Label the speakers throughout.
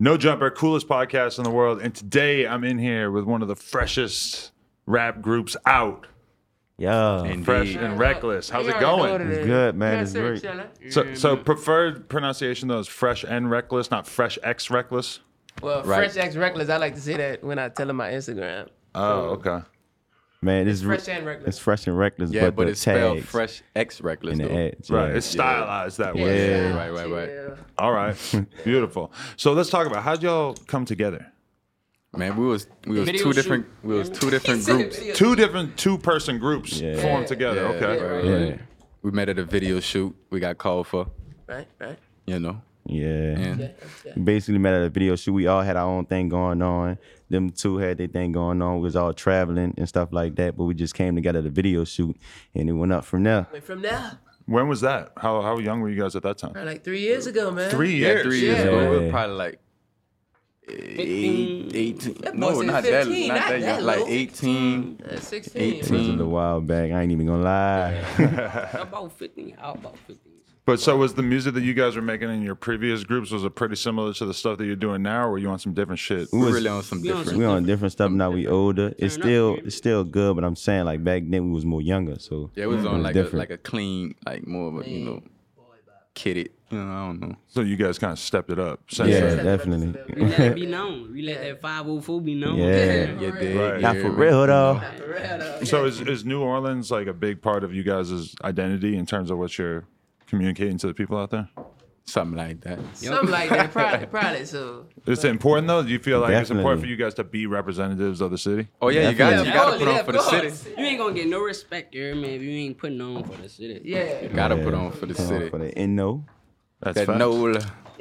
Speaker 1: No Jumper, coolest podcast in the world. And today I'm in here with one of the freshest rap groups out.
Speaker 2: Yeah.
Speaker 1: Fresh
Speaker 3: Indeed.
Speaker 1: and reckless. How's it
Speaker 3: You already know what
Speaker 1: going?
Speaker 3: it
Speaker 2: It's
Speaker 3: is.
Speaker 2: good, man. It's
Speaker 3: sir,
Speaker 2: great.
Speaker 3: chilla.
Speaker 1: So, so preferred pronunciation though is fresh and reckless, not fresh X reckless.
Speaker 3: Well,
Speaker 2: Right.
Speaker 3: Fresh X Reckless, I like to say that when I tell him my Instagram.
Speaker 1: Oh, okay.
Speaker 2: Man, it's, re-
Speaker 3: Fresh and
Speaker 2: it's
Speaker 3: Reckless.
Speaker 2: fresh and reckless,
Speaker 4: Yeah,
Speaker 2: but,
Speaker 4: but
Speaker 2: the
Speaker 4: it's spelled
Speaker 2: tags
Speaker 4: fresh X reckless
Speaker 2: and the
Speaker 4: though.
Speaker 2: edge.
Speaker 1: Right.
Speaker 2: yeah.
Speaker 1: It's stylized that way.
Speaker 2: Yeah.
Speaker 4: Right, right, right.
Speaker 3: Yeah.
Speaker 1: All right. Beautiful. So let's talk about how'd y'all come together?
Speaker 4: Man, we was we was
Speaker 3: Video
Speaker 4: two
Speaker 3: shoot.
Speaker 4: different we was two
Speaker 3: He
Speaker 4: different
Speaker 3: said
Speaker 4: groups.
Speaker 3: video.
Speaker 1: Two different two person groups
Speaker 2: Yeah.
Speaker 1: formed together.
Speaker 4: Yeah,
Speaker 1: okay.
Speaker 4: right, right,
Speaker 2: Yeah.
Speaker 4: right. We met at a video shoot. We got called for,
Speaker 3: Right, right.
Speaker 4: you know.
Speaker 2: Yeah.
Speaker 4: And
Speaker 3: Yeah, yeah.
Speaker 2: We Basically met at a video shoot. We all had our own thing going on. Them two had their thing going on. We was all traveling and stuff like that. But we just came together at a video shoot and it went up from there.
Speaker 3: Went From now,
Speaker 1: When was that? How how young were you guys at that time?
Speaker 3: like three years ago, man.
Speaker 1: Three
Speaker 4: yeah,
Speaker 1: years.
Speaker 4: three years
Speaker 3: Yeah.
Speaker 4: ago, we
Speaker 2: Yeah.
Speaker 4: were probably like eight, 18.
Speaker 3: That boy
Speaker 4: No,
Speaker 3: said
Speaker 4: not that,
Speaker 3: 15,
Speaker 4: not that, young. Like
Speaker 3: low.
Speaker 4: 18.
Speaker 3: Uh, 16.
Speaker 2: It was a little while back. I ain't even gonna lie.
Speaker 3: About 15. How about 15?
Speaker 1: But so was the music that you guys were making in your previous groups was it pretty similar to the stuff that you're doing now or were you on some different shit?
Speaker 4: We really on some different.
Speaker 2: we on different stuff now. We older. It's still it's still good, but I'm saying like back then we was more younger. So
Speaker 4: Yeah, it was on like a,
Speaker 2: different.
Speaker 4: like a clean, like more of a you know, kid it. You know, I don't know.
Speaker 1: So you guys kind of stepped it up. since
Speaker 2: yeah,
Speaker 1: then.
Speaker 2: definitely.
Speaker 5: We let it be known. We let that 504 be known.
Speaker 2: Yeah.
Speaker 4: Yeah, dig,
Speaker 1: Right.
Speaker 2: Not
Speaker 4: yeah,
Speaker 2: for
Speaker 4: we-
Speaker 2: real though.
Speaker 1: So is, is New Orleans like a big part of you guys' identity in terms of what you're communicating to the people out there?
Speaker 4: Something like that.
Speaker 3: Something like that. Probably, probably so.
Speaker 1: Is it important though? Do you feel like it's important for
Speaker 2: Definitely.
Speaker 1: you guys to be representatives of the city?
Speaker 4: Oh yeah, you got
Speaker 2: Definitely.
Speaker 4: you got to
Speaker 3: Yeah,
Speaker 4: put on
Speaker 3: of
Speaker 4: for the city.
Speaker 3: course.
Speaker 5: You ain't gonna get no respect, here, man, if you ain't putting on for the city.
Speaker 3: Yeah.
Speaker 4: Gotta
Speaker 2: Yeah.
Speaker 4: put on for the
Speaker 2: Come on,
Speaker 4: city.
Speaker 2: For the NO.
Speaker 1: That's
Speaker 4: That
Speaker 1: facts.
Speaker 4: no,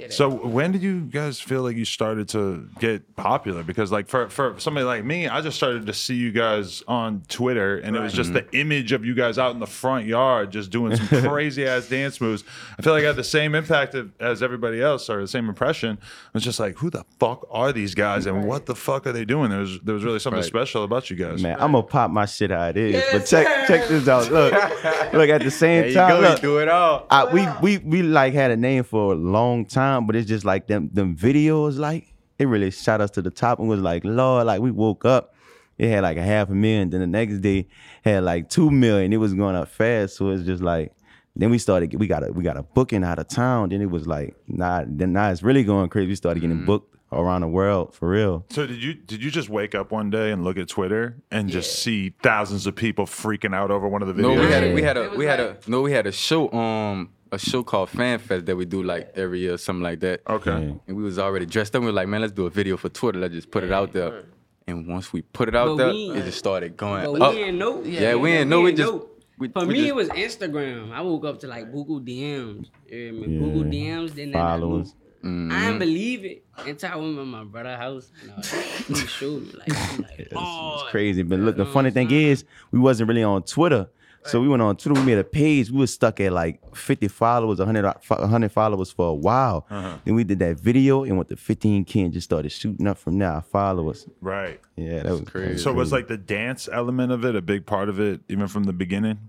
Speaker 1: So when did you guys feel like you started to get popular? Because like for for somebody like me, I just started to see you guys on Twitter, and it was just the image of you guys out in the front yard just doing some crazy ass dance moves. I feel like I had the same impact of, as everybody else, or the same impression. I was just like, who the fuck are these guys, and what the fuck are they doing? There was there was really something
Speaker 4: Right.
Speaker 1: special about you guys.
Speaker 2: Man, I'm gonna pop my shit how it is. but
Speaker 3: Yes,
Speaker 2: check
Speaker 3: sir.
Speaker 2: check this out. Look, look at the
Speaker 4: there
Speaker 2: same
Speaker 4: you
Speaker 2: time.
Speaker 4: go. You
Speaker 2: look,
Speaker 4: do it all.
Speaker 2: I, we we we like had a name for a long time, but it's just like them them videos. Like it really shot us to the top and was like, Lord, like we woke up. It had like a half a million. Then the next day had like two million. It was going up fast, so it's just like. Then we started. We got a we got a booking out of town. Then it was like, nah. Then now it's really going crazy. We started getting
Speaker 4: Mm.
Speaker 2: booked around the world for real.
Speaker 1: So did you did you just wake up one day and look at Twitter and just see thousands of people freaking out over one of the
Speaker 4: No,
Speaker 1: videos?
Speaker 4: we had a,
Speaker 3: Yeah.
Speaker 4: we had
Speaker 3: It
Speaker 4: a
Speaker 3: was
Speaker 4: we had a
Speaker 3: like-
Speaker 4: no, we had a show um a show called Fan Fest that we do like every year, something like that.
Speaker 1: okay.
Speaker 4: And we was already dressed up. We were like, man, let's do a video for Twitter. Let's just put it out there. And once we put it out
Speaker 5: But
Speaker 4: there,
Speaker 5: we-
Speaker 4: it just started going
Speaker 3: Oh.
Speaker 5: But we
Speaker 4: up.
Speaker 5: didn't know.
Speaker 4: Yeah, we didn't know. We just we,
Speaker 5: For
Speaker 4: we
Speaker 5: me,
Speaker 4: just-
Speaker 5: it was Instagram. I woke up to like Google DMs. You hear me? Google
Speaker 2: Yeah.
Speaker 5: DMs. Then that-
Speaker 2: Followers.
Speaker 5: I didn't believe it until I went to my brother's house. And I was like, he showed me like, I'm like oh,
Speaker 2: It's crazy. But look, the funny thing is, we wasn't really on Twitter. So we went on Twitter. We made a page. We was stuck at like 50 followers, 100, o- fo- 100 followers for a while.
Speaker 5: Uh-huh.
Speaker 2: Then we did that video and went to 15k and just started shooting up from there. Our followers.
Speaker 1: Right.
Speaker 2: Yeah, that was crazy.
Speaker 1: So was like the dance element of it a big part of it, even from the beginning?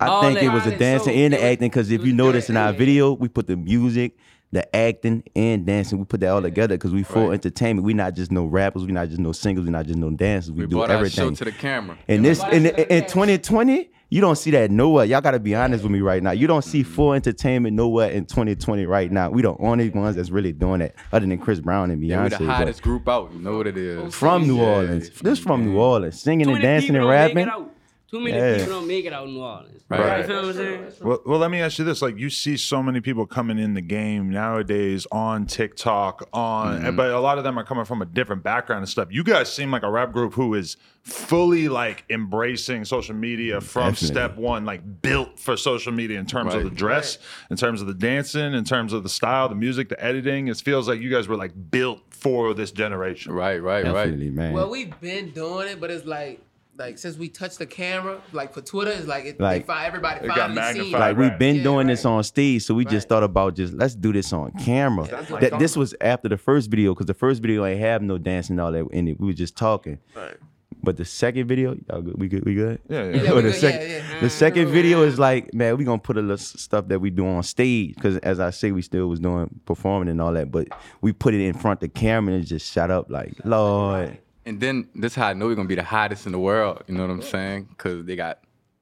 Speaker 2: I
Speaker 5: all
Speaker 2: think
Speaker 5: that-
Speaker 2: it was the
Speaker 5: all that
Speaker 2: dancing
Speaker 5: soul.
Speaker 2: and the
Speaker 5: It was-
Speaker 2: acting. Because if
Speaker 5: it
Speaker 2: you
Speaker 5: was
Speaker 2: notice in our
Speaker 5: everything.
Speaker 2: video, we put the music, the acting, and dancing. We put that all together because we full entertainment. We not just no rappers. We not just no singers. We not just no dancers. We,
Speaker 4: we
Speaker 2: do
Speaker 4: brought
Speaker 2: everything.
Speaker 4: our show to the camera.
Speaker 2: And this in, in 2020, you don't see that nowhere. Y'all gotta be honest with me right now. You don't see full entertainment nowhere in 2020 right now. We the only ones that's really doing that, other than Chris Brown and
Speaker 4: Yeah, we
Speaker 2: Beyonce.
Speaker 4: the
Speaker 2: but
Speaker 4: hottest group out. You know what it is.
Speaker 2: from New
Speaker 4: Yeah.
Speaker 2: Orleans, this from
Speaker 4: Mm-hmm.
Speaker 2: New Orleans, singing
Speaker 5: Too
Speaker 2: and
Speaker 5: many
Speaker 2: dancing
Speaker 5: people
Speaker 2: and
Speaker 5: don't make it
Speaker 2: rapping.
Speaker 5: out. Too many
Speaker 2: Yeah.
Speaker 5: people don't make it out in New Orleans.
Speaker 4: Right.
Speaker 5: You feel what I'm saying?
Speaker 1: Well, well, let me ask you this: like, you see so many people coming in the game nowadays on TikTok, on, but a lot of them are coming from a different background and stuff. You guys seem like a rap group who is fully like embracing social media from
Speaker 2: Definitely.
Speaker 1: step one, like built for social media in terms of
Speaker 4: Right.
Speaker 1: the dress, in terms of the dancing, in terms of the style, the music, the editing. It feels like you guys were like built for this generation.
Speaker 4: Right, right,
Speaker 2: Definitely,
Speaker 4: right.
Speaker 2: man.
Speaker 3: Well, we've been doing it, but it's like, like since we touched the camera, like for Twitter, it's like, it,
Speaker 2: Like-
Speaker 3: like they, fi- everybody
Speaker 1: It got
Speaker 3: finally seen.
Speaker 1: magnified.
Speaker 2: like we've been
Speaker 3: Yeah,
Speaker 2: doing
Speaker 3: right.
Speaker 2: this on stage, so we just
Speaker 3: Right.
Speaker 2: thought about just let's do this on camera.
Speaker 3: that's what
Speaker 2: that
Speaker 3: I'm
Speaker 2: this was after the first video, because the first video ain't have no dancing and all that in it. We were just talking.
Speaker 3: Right.
Speaker 2: But the second video, y'all good? We good? We good?
Speaker 1: Yeah, yeah.
Speaker 3: Yeah,
Speaker 2: Or
Speaker 3: we
Speaker 2: the
Speaker 3: good.
Speaker 2: second,
Speaker 3: Yeah, yeah. Uh-huh.
Speaker 2: the second video is like, man, we gonna put a little s- stuff that we do on stage because, as I say, we still was doing performing and all that, but we put it in front of the camera and it just shut up like, Lord,
Speaker 4: And then this how I know we're gonna be the hottest in the world. You know what I'm saying? Cause they got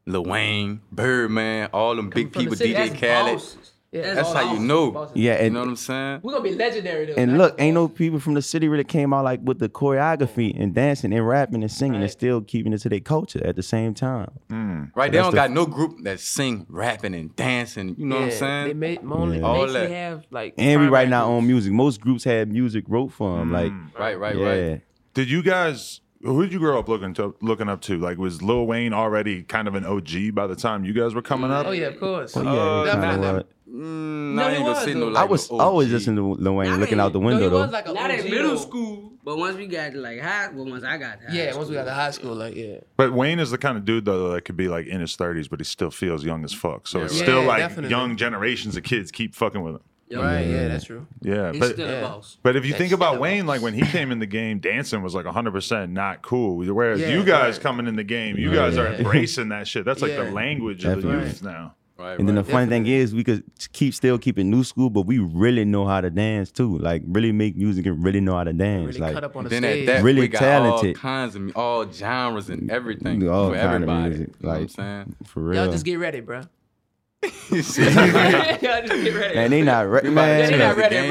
Speaker 4: Lil Wayne, Birdman, all them big people, DJ Khaled. That's how you know.
Speaker 2: yeah,
Speaker 4: You
Speaker 2: and
Speaker 4: know what I'm saying?
Speaker 3: We're gonna be legendary though.
Speaker 2: and
Speaker 3: That's
Speaker 2: look,
Speaker 3: the
Speaker 2: ain't no
Speaker 3: bosses.
Speaker 2: people from the city really came out like with the choreography and dancing and rapping and singing and
Speaker 5: Right.
Speaker 2: still keeping it to their culture at the same time.
Speaker 4: Mm-hmm. Right? They
Speaker 2: That's
Speaker 4: don't
Speaker 2: the-
Speaker 4: got no group that sing, rapping, and dancing. You know what I'm
Speaker 3: Yeah, They
Speaker 4: saying?
Speaker 3: made only
Speaker 4: All
Speaker 3: basically
Speaker 4: that.
Speaker 3: have like
Speaker 2: And we
Speaker 3: primary
Speaker 2: right now
Speaker 3: groups.
Speaker 2: own music. Most groups had music wrote for them, like
Speaker 4: Mm, Right, right,
Speaker 2: yeah.
Speaker 4: right.
Speaker 1: Did you guys? Who did you grow up looking to looking up to? Like, was Lil Wayne already kind of an OG by the time you guys were coming up?
Speaker 3: Oh yeah, of course.
Speaker 2: Well, yeah, he kinda
Speaker 3: Definitely.
Speaker 2: was.
Speaker 4: Mm,
Speaker 3: No,
Speaker 4: I
Speaker 3: he
Speaker 4: ain't gonna
Speaker 3: was,
Speaker 4: say
Speaker 3: though.
Speaker 4: no.
Speaker 2: I
Speaker 4: Like
Speaker 2: was
Speaker 4: no
Speaker 2: always
Speaker 4: OG.
Speaker 2: listening to Lil Wayne, looking out the
Speaker 3: no,
Speaker 2: window
Speaker 3: he
Speaker 2: though.
Speaker 3: was like a
Speaker 5: Not
Speaker 3: OG,
Speaker 5: in middle
Speaker 3: though.
Speaker 5: school, but once we got to like high, well, once I got to high
Speaker 3: Yeah, once we got to
Speaker 5: school,
Speaker 3: high school, like yeah.
Speaker 1: But Wayne is the kind of dude though that could be like in his thirties, but he still feels young as fuck. So it's
Speaker 3: right.
Speaker 1: still
Speaker 3: Yeah,
Speaker 1: like
Speaker 3: definitely.
Speaker 1: young generations of kids keep fucking with him.
Speaker 5: yo,
Speaker 3: Right, yeah, that's true.
Speaker 1: Yeah,
Speaker 5: He's
Speaker 1: but
Speaker 5: still
Speaker 3: yeah.
Speaker 5: a boss.
Speaker 1: but if you think about
Speaker 3: still-
Speaker 1: Wayne, like when he came in the game, dancing was like 100 percent not cool. Whereas
Speaker 3: Yeah,
Speaker 1: you guys
Speaker 3: right.
Speaker 1: coming in the game, you guys are
Speaker 3: Yeah.
Speaker 1: embracing that shit. That's like the
Speaker 3: Yeah.
Speaker 1: language of the
Speaker 2: Definitely.
Speaker 1: youth now.
Speaker 4: Right,
Speaker 2: And then the
Speaker 4: right.
Speaker 2: funny thing is, we could keep still keeping new school, but we really know how to dance too. Like really make music and really know how to dance.
Speaker 3: Really
Speaker 2: like
Speaker 3: cut up on the
Speaker 4: Then
Speaker 3: stage.
Speaker 4: at that,
Speaker 2: Really
Speaker 4: we got
Speaker 2: talented.
Speaker 4: all kinds of mu- all genres and everything
Speaker 2: do all
Speaker 4: for
Speaker 2: kind of
Speaker 4: everybody.
Speaker 2: music,
Speaker 4: you know what I'm
Speaker 2: like-
Speaker 4: saying?
Speaker 2: for real.
Speaker 3: Y'all just get ready, bro.
Speaker 5: Y'all just get ready.
Speaker 2: man, they not ready,
Speaker 4: They
Speaker 2: man.
Speaker 4: not
Speaker 2: Look,
Speaker 4: ready. game.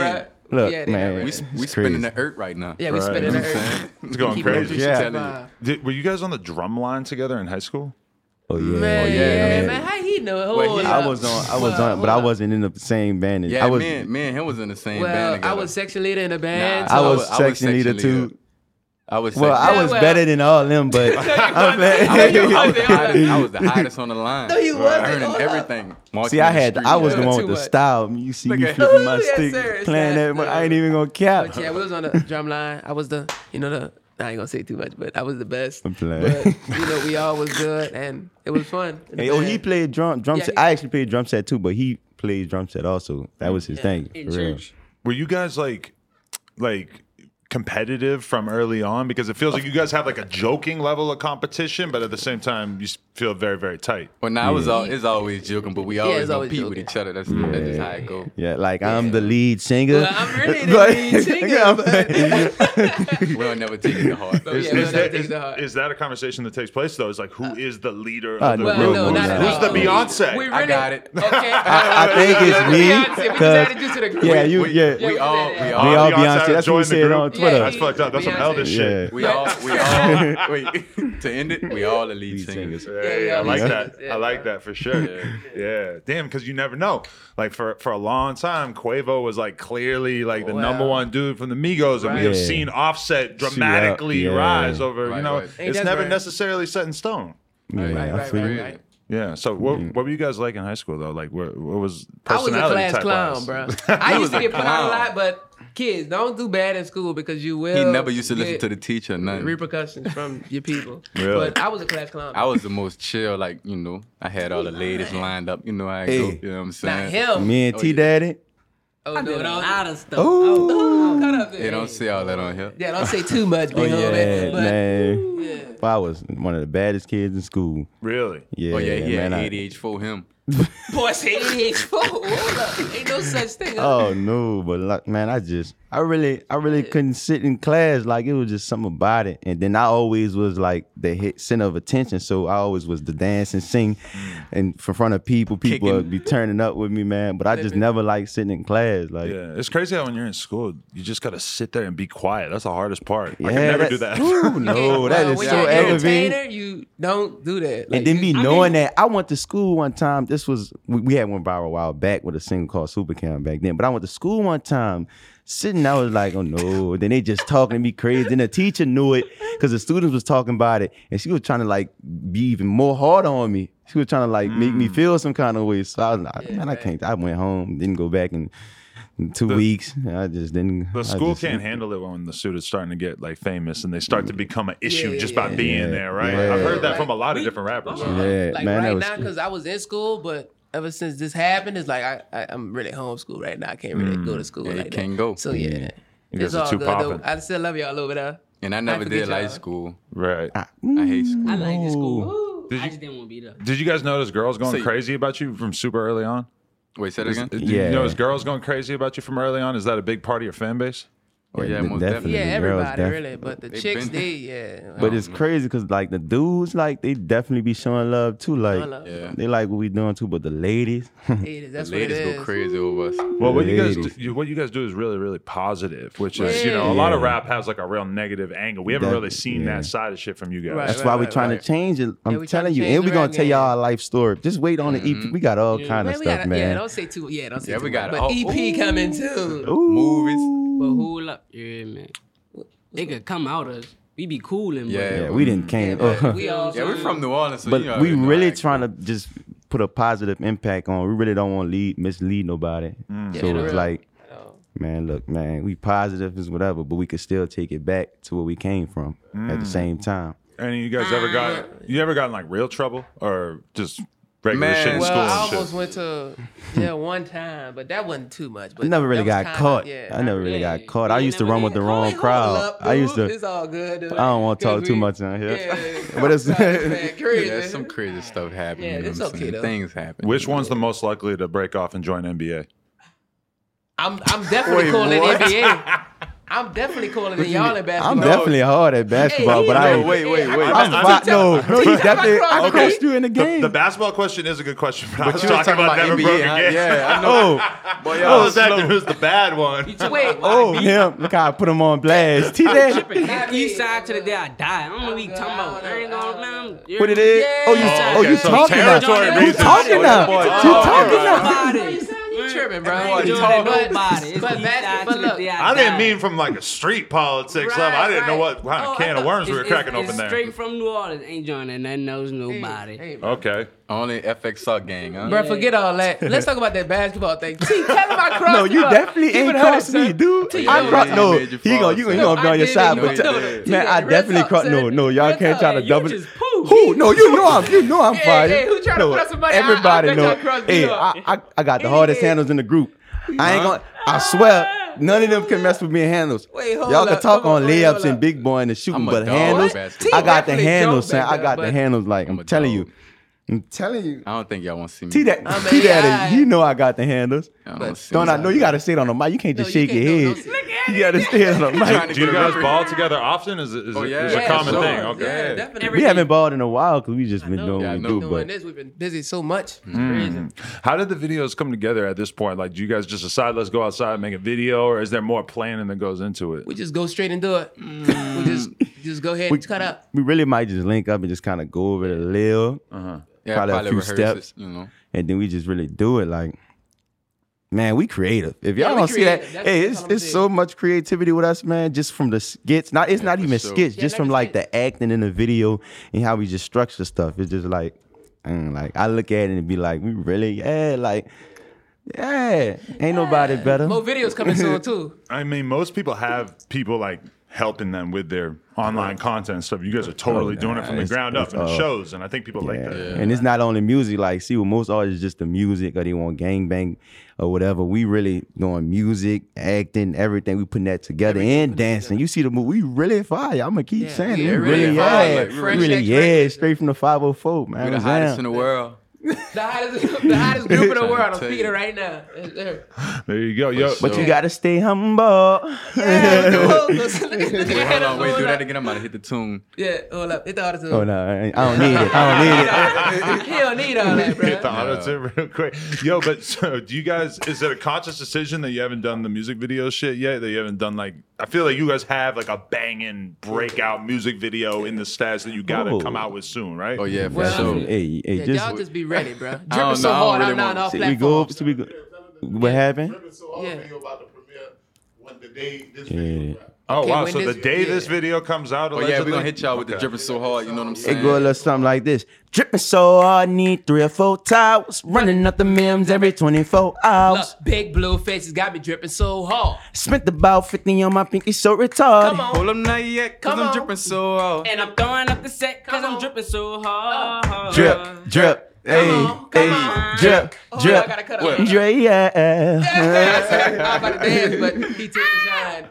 Speaker 2: look,
Speaker 3: Yeah, they not
Speaker 2: man.
Speaker 3: ready.
Speaker 4: we
Speaker 2: it's
Speaker 4: we
Speaker 2: crazy.
Speaker 4: spinning the earth right now.
Speaker 3: Yeah, we
Speaker 1: Right.
Speaker 3: spit in
Speaker 1: You know
Speaker 3: the
Speaker 1: what
Speaker 3: earth.
Speaker 1: It's going
Speaker 3: Keep it
Speaker 1: crazy.
Speaker 2: Yeah.
Speaker 3: 365.
Speaker 1: Did, were you guys on the drum line together in high school?
Speaker 2: Oh yeah,
Speaker 3: Man,
Speaker 2: yeah,
Speaker 3: yeah,
Speaker 2: man.
Speaker 3: man, how he know? Hold
Speaker 4: Well, he-
Speaker 3: up.
Speaker 2: I was on, I was
Speaker 3: Well,
Speaker 2: on, but I
Speaker 3: hold up.
Speaker 2: wasn't in the same band. As,
Speaker 4: Yeah,
Speaker 2: I was,
Speaker 4: me, and, me and him was in the same band
Speaker 3: Well, I
Speaker 4: together.
Speaker 3: was section leader in the band.
Speaker 4: Nah,
Speaker 2: I
Speaker 4: so
Speaker 2: was
Speaker 4: I was
Speaker 2: section leader
Speaker 4: section leader.
Speaker 2: too.
Speaker 4: I was
Speaker 2: Well,
Speaker 4: section-
Speaker 2: I was
Speaker 3: well.
Speaker 2: better than all them, but I'm
Speaker 4: I was, I was the
Speaker 2: mad.
Speaker 4: hottest, I was the hottest on the line.
Speaker 3: No, you wasn't.
Speaker 4: Earning
Speaker 3: Hold up.
Speaker 4: everything. Marching
Speaker 2: See, I
Speaker 4: in the
Speaker 2: had,
Speaker 4: street,
Speaker 2: I was the
Speaker 4: yeah.
Speaker 2: one with
Speaker 3: Too
Speaker 2: the
Speaker 3: much.
Speaker 2: style. You see
Speaker 4: Look
Speaker 2: me
Speaker 4: at-
Speaker 2: flipping my
Speaker 3: Yes,
Speaker 2: stick,
Speaker 3: sir, it's
Speaker 2: playing
Speaker 3: that
Speaker 2: that. mu- I ain't
Speaker 3: stuff.
Speaker 2: even gonna cap.
Speaker 3: But yeah, we was on the drum line. I was the, you know, the. I ain't gonna say too much, but I was the best.
Speaker 2: I'm playing.
Speaker 3: But you know, we all was good, and it was fun. in the
Speaker 2: Hey, oh,
Speaker 3: band.
Speaker 2: he played drum drum
Speaker 3: Yeah,
Speaker 2: set.
Speaker 3: he-
Speaker 2: I actually played drum set too, but he played drum set also. That was his thing.
Speaker 5: In
Speaker 2: for real.
Speaker 5: church.
Speaker 1: Were you guys like like competitive from early on? Because it feels like you guys have like a joking level of competition, but at the same time, you s- feel very very tight.
Speaker 4: Well, now nah, it was all, it's always joking, but we always
Speaker 3: it's always
Speaker 4: compete with
Speaker 3: joking.
Speaker 4: each other. That's, that's just how it go.
Speaker 2: Yeah, like I'm the lead singer.
Speaker 3: Well, I'm really the
Speaker 2: But-
Speaker 3: lead singer,
Speaker 2: Yeah, I'm-
Speaker 4: We don't never take it to heart.
Speaker 3: But yeah,
Speaker 1: Is,
Speaker 3: we
Speaker 1: is
Speaker 3: don't
Speaker 1: that,
Speaker 3: take
Speaker 1: is,
Speaker 3: the heart.
Speaker 1: is that a conversation that takes place though? It's like who is the leader
Speaker 2: Uh,
Speaker 1: of the
Speaker 2: no,
Speaker 1: group?
Speaker 2: no, not at
Speaker 1: Who's
Speaker 2: all.
Speaker 1: the Beyonce?
Speaker 3: We really,
Speaker 4: I got it.
Speaker 3: Okay.
Speaker 2: I think it's me,
Speaker 3: Beyonce, we
Speaker 2: 'cause-
Speaker 3: decided you to the group.
Speaker 2: yeah, you.
Speaker 4: We,
Speaker 2: Yeah,
Speaker 4: we
Speaker 3: we
Speaker 4: all,
Speaker 3: did
Speaker 4: we
Speaker 3: that.
Speaker 4: all,
Speaker 2: We all Beyonce.
Speaker 1: Beyonce
Speaker 2: That's what we
Speaker 1: joined the
Speaker 2: said
Speaker 1: group.
Speaker 2: on Twitter.
Speaker 1: That's fucked up. That's some
Speaker 3: Beyonce.
Speaker 1: elder
Speaker 2: yeah.
Speaker 1: shit.
Speaker 4: we all, we all, wait, to end it, we all the lead singers.
Speaker 1: Yeah, yeah,
Speaker 3: yeah,
Speaker 1: I like
Speaker 3: yeah.
Speaker 1: that.
Speaker 3: Yeah,
Speaker 1: I like
Speaker 3: yeah.
Speaker 1: that for sure. Yeah, damn, because you never know. Like for for a long time, Quavo was like clearly like the
Speaker 3: Wow.
Speaker 1: number one dude from the Migos, and we
Speaker 3: Right.
Speaker 1: have
Speaker 2: Yeah.
Speaker 1: seen Offset dramatically
Speaker 2: yeah.
Speaker 1: rise over. you
Speaker 4: Right,
Speaker 1: know,
Speaker 4: right.
Speaker 3: Ain't
Speaker 1: it's
Speaker 3: that
Speaker 1: never
Speaker 3: right?
Speaker 1: necessarily set in stone.
Speaker 2: Yeah,
Speaker 4: Right,
Speaker 2: I
Speaker 3: right,
Speaker 2: feel
Speaker 3: right,
Speaker 2: you.
Speaker 3: right.
Speaker 1: Yeah. So what
Speaker 2: Mm.
Speaker 1: what were you guys like in high school though? Like what, what was
Speaker 3: I was a
Speaker 1: personality
Speaker 3: class
Speaker 1: type
Speaker 3: clown,
Speaker 1: wise?
Speaker 3: bro. I
Speaker 4: was
Speaker 3: used to
Speaker 4: a
Speaker 3: get put out a
Speaker 4: clown.
Speaker 3: lot, but kids, don't do bad in school because you will.
Speaker 4: He never used to listen
Speaker 3: get
Speaker 4: to the teacher, or nothing.
Speaker 3: repercussions from your people.
Speaker 1: Really?
Speaker 3: But I was a class clown.
Speaker 4: I was the most chill, like, you know, I had all the ladies lined up, you know, I go,
Speaker 2: Hey.
Speaker 4: you know what I'm
Speaker 3: Not
Speaker 4: saying?
Speaker 3: him.
Speaker 2: Me and T Daddy.
Speaker 3: Oh,
Speaker 5: I did
Speaker 3: no,
Speaker 5: a
Speaker 3: don't-
Speaker 5: lot of
Speaker 3: Oh,
Speaker 5: stuff.
Speaker 2: Ooh.
Speaker 3: Cut up
Speaker 4: They
Speaker 3: there.
Speaker 4: don't say all that on here.
Speaker 3: Yeah, don't say too much, big
Speaker 2: Oh, Yeah,
Speaker 3: homie. But
Speaker 2: man. Well, I was one of the baddest kids in school.
Speaker 1: Really?
Speaker 2: Yeah,
Speaker 4: oh, yeah, he had
Speaker 2: man. I-
Speaker 4: ADH for him.
Speaker 3: boy, say ADH4. Hold up. Ain't no such thing.
Speaker 2: Oh no, but like, man, I just, I really, I really couldn't sit in class. Like it was just something about it. And then I always was like the hit center of attention, so I always was the dance and sing,
Speaker 1: Mm.
Speaker 2: and in front of people, people
Speaker 4: Kicking.
Speaker 2: would be turning up with me, man. But I just never liked sitting in class. Like,
Speaker 1: Yeah, it's crazy how when you're in school, you just gotta sit there and be quiet. That's the hardest part. I
Speaker 2: Yeah,
Speaker 1: can never
Speaker 2: that-
Speaker 1: do that.
Speaker 2: Ooh, no, Oh, that
Speaker 3: Well,
Speaker 2: is
Speaker 3: when
Speaker 2: so
Speaker 3: you're an
Speaker 2: aggravating.
Speaker 3: entertainer, you don't do that. Like,
Speaker 2: and then
Speaker 3: you-
Speaker 2: me
Speaker 5: I
Speaker 2: knowing
Speaker 5: mean-
Speaker 2: that I went to school one time. This was we, we had one viral a while back with a single called Supercam back then. But I went to school one time, sitting. I was like, oh no. Then they just talking to me crazy. Then the teacher knew it because the students was talking about it, and she was trying to like be even more hard on me. She was trying to like make me feel some kind of way. So I was like, man, I can't. I went home, didn't go back in, in two weeks. I just didn't. I
Speaker 1: The school
Speaker 2: just- Mm.
Speaker 1: can't handle it when the student is starting to get like famous and they start to become an issue
Speaker 3: yeah,
Speaker 1: just by
Speaker 3: yeah.
Speaker 1: being
Speaker 2: Yeah,
Speaker 1: there, right?
Speaker 2: yeah.
Speaker 1: I've heard that
Speaker 3: Right.
Speaker 1: from a lot of different rappers.
Speaker 5: Yeah.
Speaker 2: Yeah,
Speaker 3: like
Speaker 2: man, that
Speaker 3: right
Speaker 2: was
Speaker 3: now, because I was in school, but ever since this happened, it's like I, I I'm really homeschooled
Speaker 2: Mm,
Speaker 3: right now. I can't really go to school
Speaker 4: Yeah, you
Speaker 3: like that.
Speaker 4: can't go.
Speaker 3: So yeah,
Speaker 1: guys
Speaker 3: it's
Speaker 1: are
Speaker 3: all
Speaker 1: too
Speaker 3: good
Speaker 1: poppin'.
Speaker 3: though. I still love y'all over there.
Speaker 4: And I never
Speaker 3: forget
Speaker 4: did like
Speaker 3: y'all.
Speaker 4: school.
Speaker 1: Right.
Speaker 2: Ah.
Speaker 4: I
Speaker 2: mm,
Speaker 4: hate school.
Speaker 5: I like the school.
Speaker 1: Did
Speaker 5: I
Speaker 1: you-
Speaker 5: just didn't want to be there.
Speaker 1: Did you guys notice girls going
Speaker 4: See-
Speaker 1: crazy about you from super early on?
Speaker 4: Wait, say that again?
Speaker 1: Did
Speaker 2: Yeah.
Speaker 1: you notice girls going crazy about you from early on? Is that a big part of your fan base?
Speaker 4: Oh, yeah,
Speaker 2: Yeah,
Speaker 4: most
Speaker 2: definitely.
Speaker 4: definitely.
Speaker 3: Yeah,
Speaker 2: the girls
Speaker 3: everybody
Speaker 2: def-
Speaker 3: really, but the
Speaker 4: They
Speaker 3: chicks,
Speaker 4: been-
Speaker 3: they yeah.
Speaker 2: But it's crazy because like the dudes, like they definitely be showing love too. Like
Speaker 3: love.
Speaker 4: Yeah.
Speaker 2: they like what we doing too. But the ladies,
Speaker 3: Haters, that's what it
Speaker 4: Ladies
Speaker 3: is.
Speaker 4: go crazy over us.
Speaker 1: Well, what you guys
Speaker 2: Ladies.
Speaker 1: do, you- what you guys do is really really positive, which is you know a lot of
Speaker 2: Yeah.
Speaker 1: rap has like a real negative angle. We haven't
Speaker 2: That-
Speaker 1: really seen
Speaker 2: yeah.
Speaker 1: that side of shit from you guys.
Speaker 3: Right.
Speaker 2: that's why we
Speaker 3: right,
Speaker 2: trying
Speaker 3: right.
Speaker 2: to change it. I'm
Speaker 3: we trying
Speaker 2: telling
Speaker 3: to
Speaker 2: you,
Speaker 3: change
Speaker 2: and we
Speaker 3: the
Speaker 2: gonna
Speaker 3: rap
Speaker 2: tell
Speaker 3: game.
Speaker 2: y'all our life story. Just wait on the EP. We got all kind of
Speaker 3: Man, we
Speaker 2: stuff,
Speaker 3: gotta,
Speaker 2: man.
Speaker 3: Yeah, don't say too. Yeah, don't say
Speaker 4: Yeah,
Speaker 3: too
Speaker 4: we Oh, got
Speaker 3: much. But
Speaker 4: all-
Speaker 3: EP coming too.
Speaker 2: Ooh.
Speaker 4: Movies.
Speaker 5: But who up? Yeah, man. They could come out us. We be cool and
Speaker 4: Yeah.
Speaker 2: Yeah, we didn't came. up.
Speaker 3: We all
Speaker 4: Yeah, we're from New Orleans, so
Speaker 2: but
Speaker 4: you already
Speaker 2: we
Speaker 4: know
Speaker 2: really
Speaker 4: how it
Speaker 2: trying to just put a positive impact on. We really don't want to lead mislead nobody. so
Speaker 3: Yeah,
Speaker 2: it's
Speaker 3: Mm. real.
Speaker 2: like,
Speaker 3: Oh.
Speaker 2: man, look, man, we positive is whatever, but we could still take it back to where we came from at the
Speaker 3: Mm.
Speaker 2: same time.
Speaker 1: Any of you guys ever
Speaker 3: Uh,
Speaker 1: got you ever gotten like real trouble or just regular
Speaker 4: Man.
Speaker 1: shit in
Speaker 4: Well,
Speaker 1: school
Speaker 3: Well,
Speaker 1: and
Speaker 3: I
Speaker 1: shit?
Speaker 3: almost went to yeah one time, but that wasn't too much. But
Speaker 2: I never really
Speaker 3: that was
Speaker 2: got
Speaker 3: kinda-
Speaker 2: caught.
Speaker 3: Yeah,
Speaker 2: I never really
Speaker 5: yeah.
Speaker 2: got caught. I
Speaker 5: You
Speaker 2: used to
Speaker 5: never
Speaker 2: run
Speaker 5: did.
Speaker 2: with the
Speaker 5: Chloe,
Speaker 2: wrong
Speaker 3: Hold
Speaker 2: crowd.
Speaker 3: up,
Speaker 2: I used
Speaker 3: dude.
Speaker 2: to.
Speaker 3: It's all good. dude.
Speaker 2: I don't want to talk
Speaker 3: 'Cause
Speaker 2: too
Speaker 3: we-
Speaker 2: much on here,
Speaker 3: Yeah,
Speaker 2: but it's
Speaker 3: man, crazy.
Speaker 4: Yeah, some crazy stuff happened.
Speaker 3: Yeah,
Speaker 4: you know
Speaker 3: it's
Speaker 4: what I'm
Speaker 3: okay,
Speaker 4: saying?
Speaker 3: though.
Speaker 4: Things happen.
Speaker 1: Which one's the most likely to break off and join NBA?
Speaker 3: I'm I'm definitely
Speaker 4: Wait,
Speaker 3: calling
Speaker 4: what?
Speaker 3: NBA. I'm definitely calling it y'all in basketball.
Speaker 2: I'm definitely hard at basketball,
Speaker 3: he
Speaker 2: but
Speaker 3: is.
Speaker 2: I.
Speaker 4: No,
Speaker 2: ain't-
Speaker 4: wait, wait, wait.
Speaker 2: I'm
Speaker 1: I'm-
Speaker 2: fi- no, no, he's definitely. I
Speaker 3: Okay.
Speaker 2: crushed you in the game.
Speaker 1: The basketball question is a good question, but, I was
Speaker 4: You was
Speaker 1: talking about, never
Speaker 4: NBA,
Speaker 1: broke
Speaker 4: huh?
Speaker 1: again.
Speaker 4: Yeah, I know.
Speaker 2: oh,
Speaker 4: Boy,
Speaker 1: Oh,
Speaker 4: y'all
Speaker 1: was that
Speaker 4: slow.
Speaker 1: was the bad one.
Speaker 3: Wait,
Speaker 2: oh, him. Look how I put him on blast. TJ,
Speaker 5: That east side to the day I die. I don't know what you talking about. I ain't gonna man. you-
Speaker 2: What it is? Oh, you,
Speaker 5: Yeah.
Speaker 2: oh, you
Speaker 1: Okay, so
Speaker 2: talking now?
Speaker 5: territory
Speaker 2: You
Speaker 5: reasons.
Speaker 2: talking now?
Speaker 4: Oh,
Speaker 2: You
Speaker 4: yeah.
Speaker 2: talking
Speaker 4: Oh,
Speaker 2: now?
Speaker 5: Nobody.
Speaker 3: You tripping, bro?
Speaker 5: I ain't doing
Speaker 4: talking.
Speaker 5: it to nobody. It's
Speaker 3: But
Speaker 5: the east
Speaker 3: back-
Speaker 5: side
Speaker 3: but
Speaker 5: to the
Speaker 3: look,
Speaker 5: day
Speaker 1: I didn't
Speaker 5: die.
Speaker 1: mean from like a street politics
Speaker 3: Right,
Speaker 1: level. I didn't know
Speaker 3: right.
Speaker 1: what kind
Speaker 3: Oh,
Speaker 1: of
Speaker 3: I
Speaker 1: can of
Speaker 3: thought-
Speaker 1: worms we were
Speaker 5: It's-
Speaker 1: cracking
Speaker 5: it's
Speaker 1: open there.
Speaker 5: Straight from New Orleans. Ain't joining nothing knows nobody.
Speaker 3: Hey,
Speaker 1: Okay.
Speaker 4: Only FX suck gang, huh?
Speaker 3: Bro, forget all that. Let's talk about that basketball thing. See, tell him I crossed
Speaker 2: No, you
Speaker 3: him up.
Speaker 2: definitely
Speaker 3: Keep
Speaker 2: ain't
Speaker 3: it whole,
Speaker 2: crossed me,
Speaker 3: son.
Speaker 2: dude.
Speaker 3: T,
Speaker 2: I
Speaker 3: no,
Speaker 2: crossed.
Speaker 4: you
Speaker 2: No,
Speaker 4: made
Speaker 2: you
Speaker 4: you
Speaker 2: gonna
Speaker 4: fall
Speaker 2: you gonna
Speaker 4: asleep.
Speaker 2: be on your
Speaker 3: No, I
Speaker 2: side,
Speaker 3: didn't.
Speaker 2: but
Speaker 4: You
Speaker 2: t-
Speaker 4: did.
Speaker 2: man,
Speaker 3: Yeah,
Speaker 2: I
Speaker 3: real
Speaker 2: definitely
Speaker 3: talk,
Speaker 2: crossed. No,
Speaker 3: son.
Speaker 2: no, y'all
Speaker 3: Real
Speaker 2: can't
Speaker 3: talk.
Speaker 2: try to
Speaker 5: You
Speaker 2: double.
Speaker 5: just proved
Speaker 2: Who? No, you know I'm. You know I'm
Speaker 3: Hey,
Speaker 2: fired.
Speaker 3: hey, who tryna
Speaker 2: No,
Speaker 3: put up somebody? I- I
Speaker 2: Everybody
Speaker 3: bet y'all
Speaker 2: know.
Speaker 3: crossed me
Speaker 2: Hey,
Speaker 3: up.
Speaker 2: I, I I got the hardest handles in the group. I ain't gonna. I swear, none of them can mess with me in handles.
Speaker 3: Wait, hold
Speaker 2: Y'all can
Speaker 3: up.
Speaker 2: talk
Speaker 3: Hold
Speaker 2: on
Speaker 3: on, wait,
Speaker 2: layups
Speaker 3: hold
Speaker 2: and
Speaker 3: up.
Speaker 2: big boy in the shooting,
Speaker 4: I'm a
Speaker 2: but
Speaker 4: dog
Speaker 2: handles.
Speaker 4: at What?
Speaker 2: I got the
Speaker 3: T
Speaker 2: handles, son.
Speaker 3: definitely
Speaker 2: I got
Speaker 3: dope,
Speaker 2: the
Speaker 3: but-
Speaker 2: handles. Like I'm
Speaker 4: a
Speaker 2: telling
Speaker 4: dog.
Speaker 2: you, I'm telling you.
Speaker 4: I don't think y'all want to see me.
Speaker 2: T that
Speaker 3: I'm a
Speaker 2: T
Speaker 3: AI.
Speaker 2: daddy, you know I got the handles.
Speaker 4: I don't wanna see
Speaker 2: Don't
Speaker 4: me.
Speaker 2: I know you gotta sit on the mic? You can't
Speaker 3: No,
Speaker 2: just
Speaker 3: you
Speaker 2: shake
Speaker 3: can't
Speaker 2: your
Speaker 3: do it.
Speaker 2: head.
Speaker 3: Don't sit.
Speaker 2: You gotta stay on the
Speaker 4: Trying
Speaker 2: mic.
Speaker 4: to
Speaker 1: Do you
Speaker 4: get
Speaker 1: guys
Speaker 4: over-
Speaker 1: ball together often? Is it, is
Speaker 4: Oh,
Speaker 1: it-
Speaker 4: yeah.
Speaker 1: is it a
Speaker 4: Yeah,
Speaker 1: common
Speaker 4: sure.
Speaker 1: thing?
Speaker 4: Yeah.
Speaker 1: Okay.
Speaker 3: Yeah,
Speaker 2: We
Speaker 3: definitely.
Speaker 2: haven't balled in a while because we just been doing
Speaker 4: Yeah, I
Speaker 2: what we
Speaker 4: know.
Speaker 2: do,
Speaker 3: doing
Speaker 2: but
Speaker 3: this. We've been busy so much. Crazy.
Speaker 1: How did the videos come together at this point? Like, do you guys just decide let's go outside and make a video, or is there more planning that goes into it?
Speaker 3: We just go straight and do it.
Speaker 4: Mm.
Speaker 3: We just just go ahead and cut up.
Speaker 2: we really might just link up and just kind of go over it a little,
Speaker 4: Yeah,
Speaker 2: Probably a few
Speaker 4: rehearse
Speaker 2: steps.
Speaker 4: it, you know.
Speaker 2: and then we just really do it. Like, man, we creative. If y'all
Speaker 3: Yeah, we
Speaker 2: don't see that,
Speaker 3: creative. That's-
Speaker 2: hey,
Speaker 3: that's
Speaker 2: it's
Speaker 3: all I'm
Speaker 2: it's so much creativity with us, man. Just from the skits, not it's not
Speaker 4: for
Speaker 2: even
Speaker 4: sure.
Speaker 2: skits, just
Speaker 3: not
Speaker 2: from
Speaker 3: the
Speaker 2: like the acting in the video and how we just structure stuff. It's just like, mm, like I look at it and be like, we really, yeah, like, yeah, ain't nobody better.
Speaker 3: More videos coming soon too.
Speaker 1: I mean, most people have people like helping them with their online content and stuff. You guys are totally
Speaker 2: Oh,
Speaker 1: doing it
Speaker 2: nah,
Speaker 1: from the
Speaker 2: it's-
Speaker 1: ground up
Speaker 2: it's,
Speaker 1: in the
Speaker 2: uh,
Speaker 1: shows, and I think people like
Speaker 2: Yeah.
Speaker 1: that.
Speaker 2: And it's not only music. Like, see, with most artists, just the music or they want gangbang or whatever. We really doing music, acting, everything. We putting that together and dancing. You see the movie? We really fire. I'm gonna keep
Speaker 3: Yeah.
Speaker 2: saying
Speaker 3: Yeah,
Speaker 2: it. We
Speaker 4: really
Speaker 2: really,
Speaker 4: fire,
Speaker 2: yeah,
Speaker 4: like,
Speaker 2: we
Speaker 4: fresh
Speaker 2: really,
Speaker 3: extra
Speaker 2: yeah.
Speaker 3: energy.
Speaker 2: Straight from the 504, man.
Speaker 4: We the
Speaker 2: I'm
Speaker 4: hottest
Speaker 2: saying.
Speaker 4: in the world.
Speaker 3: The hottest, the hottest group in the world. I'm
Speaker 4: Tell you.
Speaker 3: speaking right now. Yes, sir.
Speaker 1: There you go. Yo,
Speaker 2: but
Speaker 4: So-
Speaker 2: you gotta stay humble.
Speaker 3: Yeah, look at the vocals. Look at- look
Speaker 4: Hold on,
Speaker 3: at him.
Speaker 4: wait, do
Speaker 3: Hold
Speaker 4: that
Speaker 3: up.
Speaker 4: again. I'm about to hit the tune.
Speaker 3: Yeah, hold up. It's the auto
Speaker 2: Oh no, I I don't need it. I don't need it.
Speaker 3: he don't need all that,
Speaker 1: hit the
Speaker 3: bro.
Speaker 1: auto tune real quick. Yo, but so do you guys? Is it a conscious decision that you haven't done the music video shit yet? That you haven't done like? I feel like you guys have like a banging breakout music video in the stats that you gotta
Speaker 2: Oh.
Speaker 1: come out with soon, right?
Speaker 4: Oh, yeah, for
Speaker 3: Well,
Speaker 4: sure.
Speaker 2: Hey, hey,
Speaker 3: Yeah,
Speaker 2: just,
Speaker 3: y'all just be ready, bro.
Speaker 4: know,
Speaker 3: Dripping so
Speaker 4: I don't
Speaker 3: hard,
Speaker 4: really
Speaker 3: I'm not on
Speaker 4: wanna
Speaker 3: all
Speaker 4: see-
Speaker 2: we go.
Speaker 3: platforms.
Speaker 2: So we go. What happened?
Speaker 6: So our
Speaker 3: Yeah.
Speaker 6: video about to premiere when the day this
Speaker 2: Yeah.
Speaker 6: video drops.
Speaker 1: Oh
Speaker 3: Okay,
Speaker 1: wow!
Speaker 3: when
Speaker 1: So
Speaker 3: this-
Speaker 1: the day this
Speaker 3: yeah.
Speaker 1: video comes out,
Speaker 4: Oh, yeah, we're going to hit y'all with the dripping so hard. You know what I'm
Speaker 2: It
Speaker 4: saying?
Speaker 2: go a little something like this. Dripping so hard, need three or four towels. Running up the mims every 24 hours.
Speaker 3: Look, big blue faces got me dripping so hard.
Speaker 2: Spent about 50 on my pinky, so retarded.
Speaker 3: Come on.
Speaker 4: Hold up, not yet, because
Speaker 3: Come
Speaker 4: I'm
Speaker 3: on.
Speaker 4: dripping so hard.
Speaker 5: And I'm throwing up the set because
Speaker 3: Come
Speaker 5: I'm
Speaker 3: on. Oh.
Speaker 5: dripping so hard.
Speaker 2: Drip, drip, hey,
Speaker 3: on,
Speaker 2: hey,
Speaker 3: come on.
Speaker 2: drip,
Speaker 3: Hold on, I
Speaker 2: drip.
Speaker 3: gotta cut
Speaker 4: What?
Speaker 3: up.
Speaker 2: Dre, yeah.
Speaker 3: I'm about to dance, but he took the shine.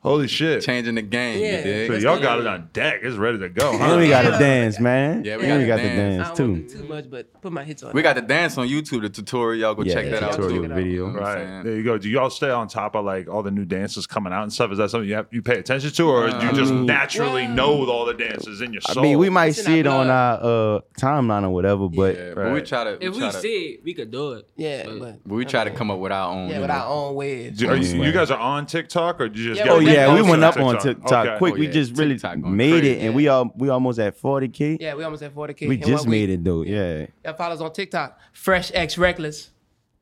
Speaker 1: Holy shit.
Speaker 4: changing the game.
Speaker 3: Yeah.
Speaker 4: You dig?
Speaker 1: So y'all got it on deck. It's ready to go.
Speaker 2: And
Speaker 1: Huh?
Speaker 2: we got to dance, man.
Speaker 4: Yeah, we
Speaker 2: and we got
Speaker 4: gotta
Speaker 2: to
Speaker 4: dance.
Speaker 2: dance,
Speaker 3: I don't wanna
Speaker 2: too.
Speaker 3: do too much, but put my hits on.
Speaker 4: we got the dance on YouTube, the tutorial. Y'all go
Speaker 2: Yeah,
Speaker 4: check that out
Speaker 2: tutorial
Speaker 4: too.
Speaker 2: video.
Speaker 4: You know what I'm
Speaker 1: Right
Speaker 4: saying?
Speaker 1: there you go. Do y'all stay on top of like all the new dances coming out and stuff? Is that something you have you pay attention to, or do you just naturally know all the dances in your
Speaker 2: Um, I
Speaker 1: soul?
Speaker 2: mean, we might
Speaker 3: It's in
Speaker 2: see
Speaker 3: our
Speaker 2: it on
Speaker 3: blood.
Speaker 2: our uh, timeline or whatever, but
Speaker 4: Yeah, but we
Speaker 1: Right.
Speaker 4: try to.
Speaker 5: If we
Speaker 4: try to,
Speaker 5: see it, we could do it.
Speaker 3: Yeah, but
Speaker 4: but we try to come up with our own.
Speaker 3: yeah,
Speaker 4: you
Speaker 3: with
Speaker 4: know.
Speaker 3: our own way.
Speaker 1: Do- are you, you guys are on TikTok, or do you just?
Speaker 3: Yeah,
Speaker 1: got-
Speaker 2: Oh
Speaker 3: we
Speaker 2: yeah,
Speaker 3: went
Speaker 2: we
Speaker 3: on
Speaker 2: went up on TikTok
Speaker 1: Okay.
Speaker 2: quick.
Speaker 4: Oh,
Speaker 2: we
Speaker 4: yeah,
Speaker 2: just really
Speaker 4: TikTok going
Speaker 2: made
Speaker 4: crazy.
Speaker 2: it, and we all we almost at forty k.
Speaker 3: Yeah, we almost at 40k.
Speaker 2: we
Speaker 3: And
Speaker 2: just
Speaker 3: what
Speaker 2: made it though. Yeah,
Speaker 3: That follows on TikTok. Fresh X Reckless.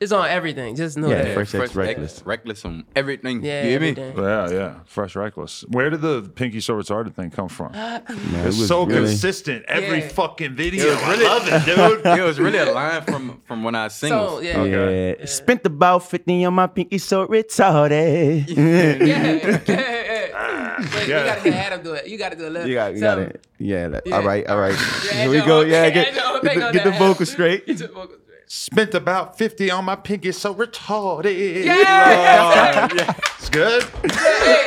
Speaker 3: It's on everything. Just know
Speaker 2: Yeah,
Speaker 3: that.
Speaker 2: Fresh X Reckless.
Speaker 4: Reckless, reckless on everything.
Speaker 3: yeah,
Speaker 4: you hear me?
Speaker 3: everything.
Speaker 1: Yeah, yeah. Fresh Reckless. Where did the Pinky Sober Retarded thing come from?
Speaker 2: Man,
Speaker 1: It's
Speaker 2: it was
Speaker 1: so
Speaker 2: Uh, really-
Speaker 1: consistent. Every
Speaker 3: Yeah.
Speaker 1: fucking video.
Speaker 4: It was really-
Speaker 1: I love it, dude.
Speaker 4: it was really a line from from when I sing.
Speaker 3: So yeah,
Speaker 2: Yeah, Eh, spent about fifty on my pinky, so retarded.
Speaker 3: yeah, yeah, yeah. Wait,
Speaker 1: Yeah.
Speaker 3: you gotta get Adam do it. You gotta do a little.
Speaker 2: You got, you got
Speaker 3: something.
Speaker 2: it. Yeah, that-
Speaker 3: Yeah.
Speaker 2: All right, all right.
Speaker 3: Yeah,
Speaker 2: Here we
Speaker 3: Joe,
Speaker 2: go. Yeah,
Speaker 3: okay,
Speaker 2: get,
Speaker 3: Joe,
Speaker 2: get,
Speaker 3: make
Speaker 2: the,
Speaker 3: on
Speaker 2: get
Speaker 3: that
Speaker 2: the
Speaker 3: Adam.
Speaker 2: vocal straight.
Speaker 3: Get the vocal straight.
Speaker 1: Spent about fifty on my Pinky so retarded. Uh,
Speaker 3: Yeah.
Speaker 1: It's good.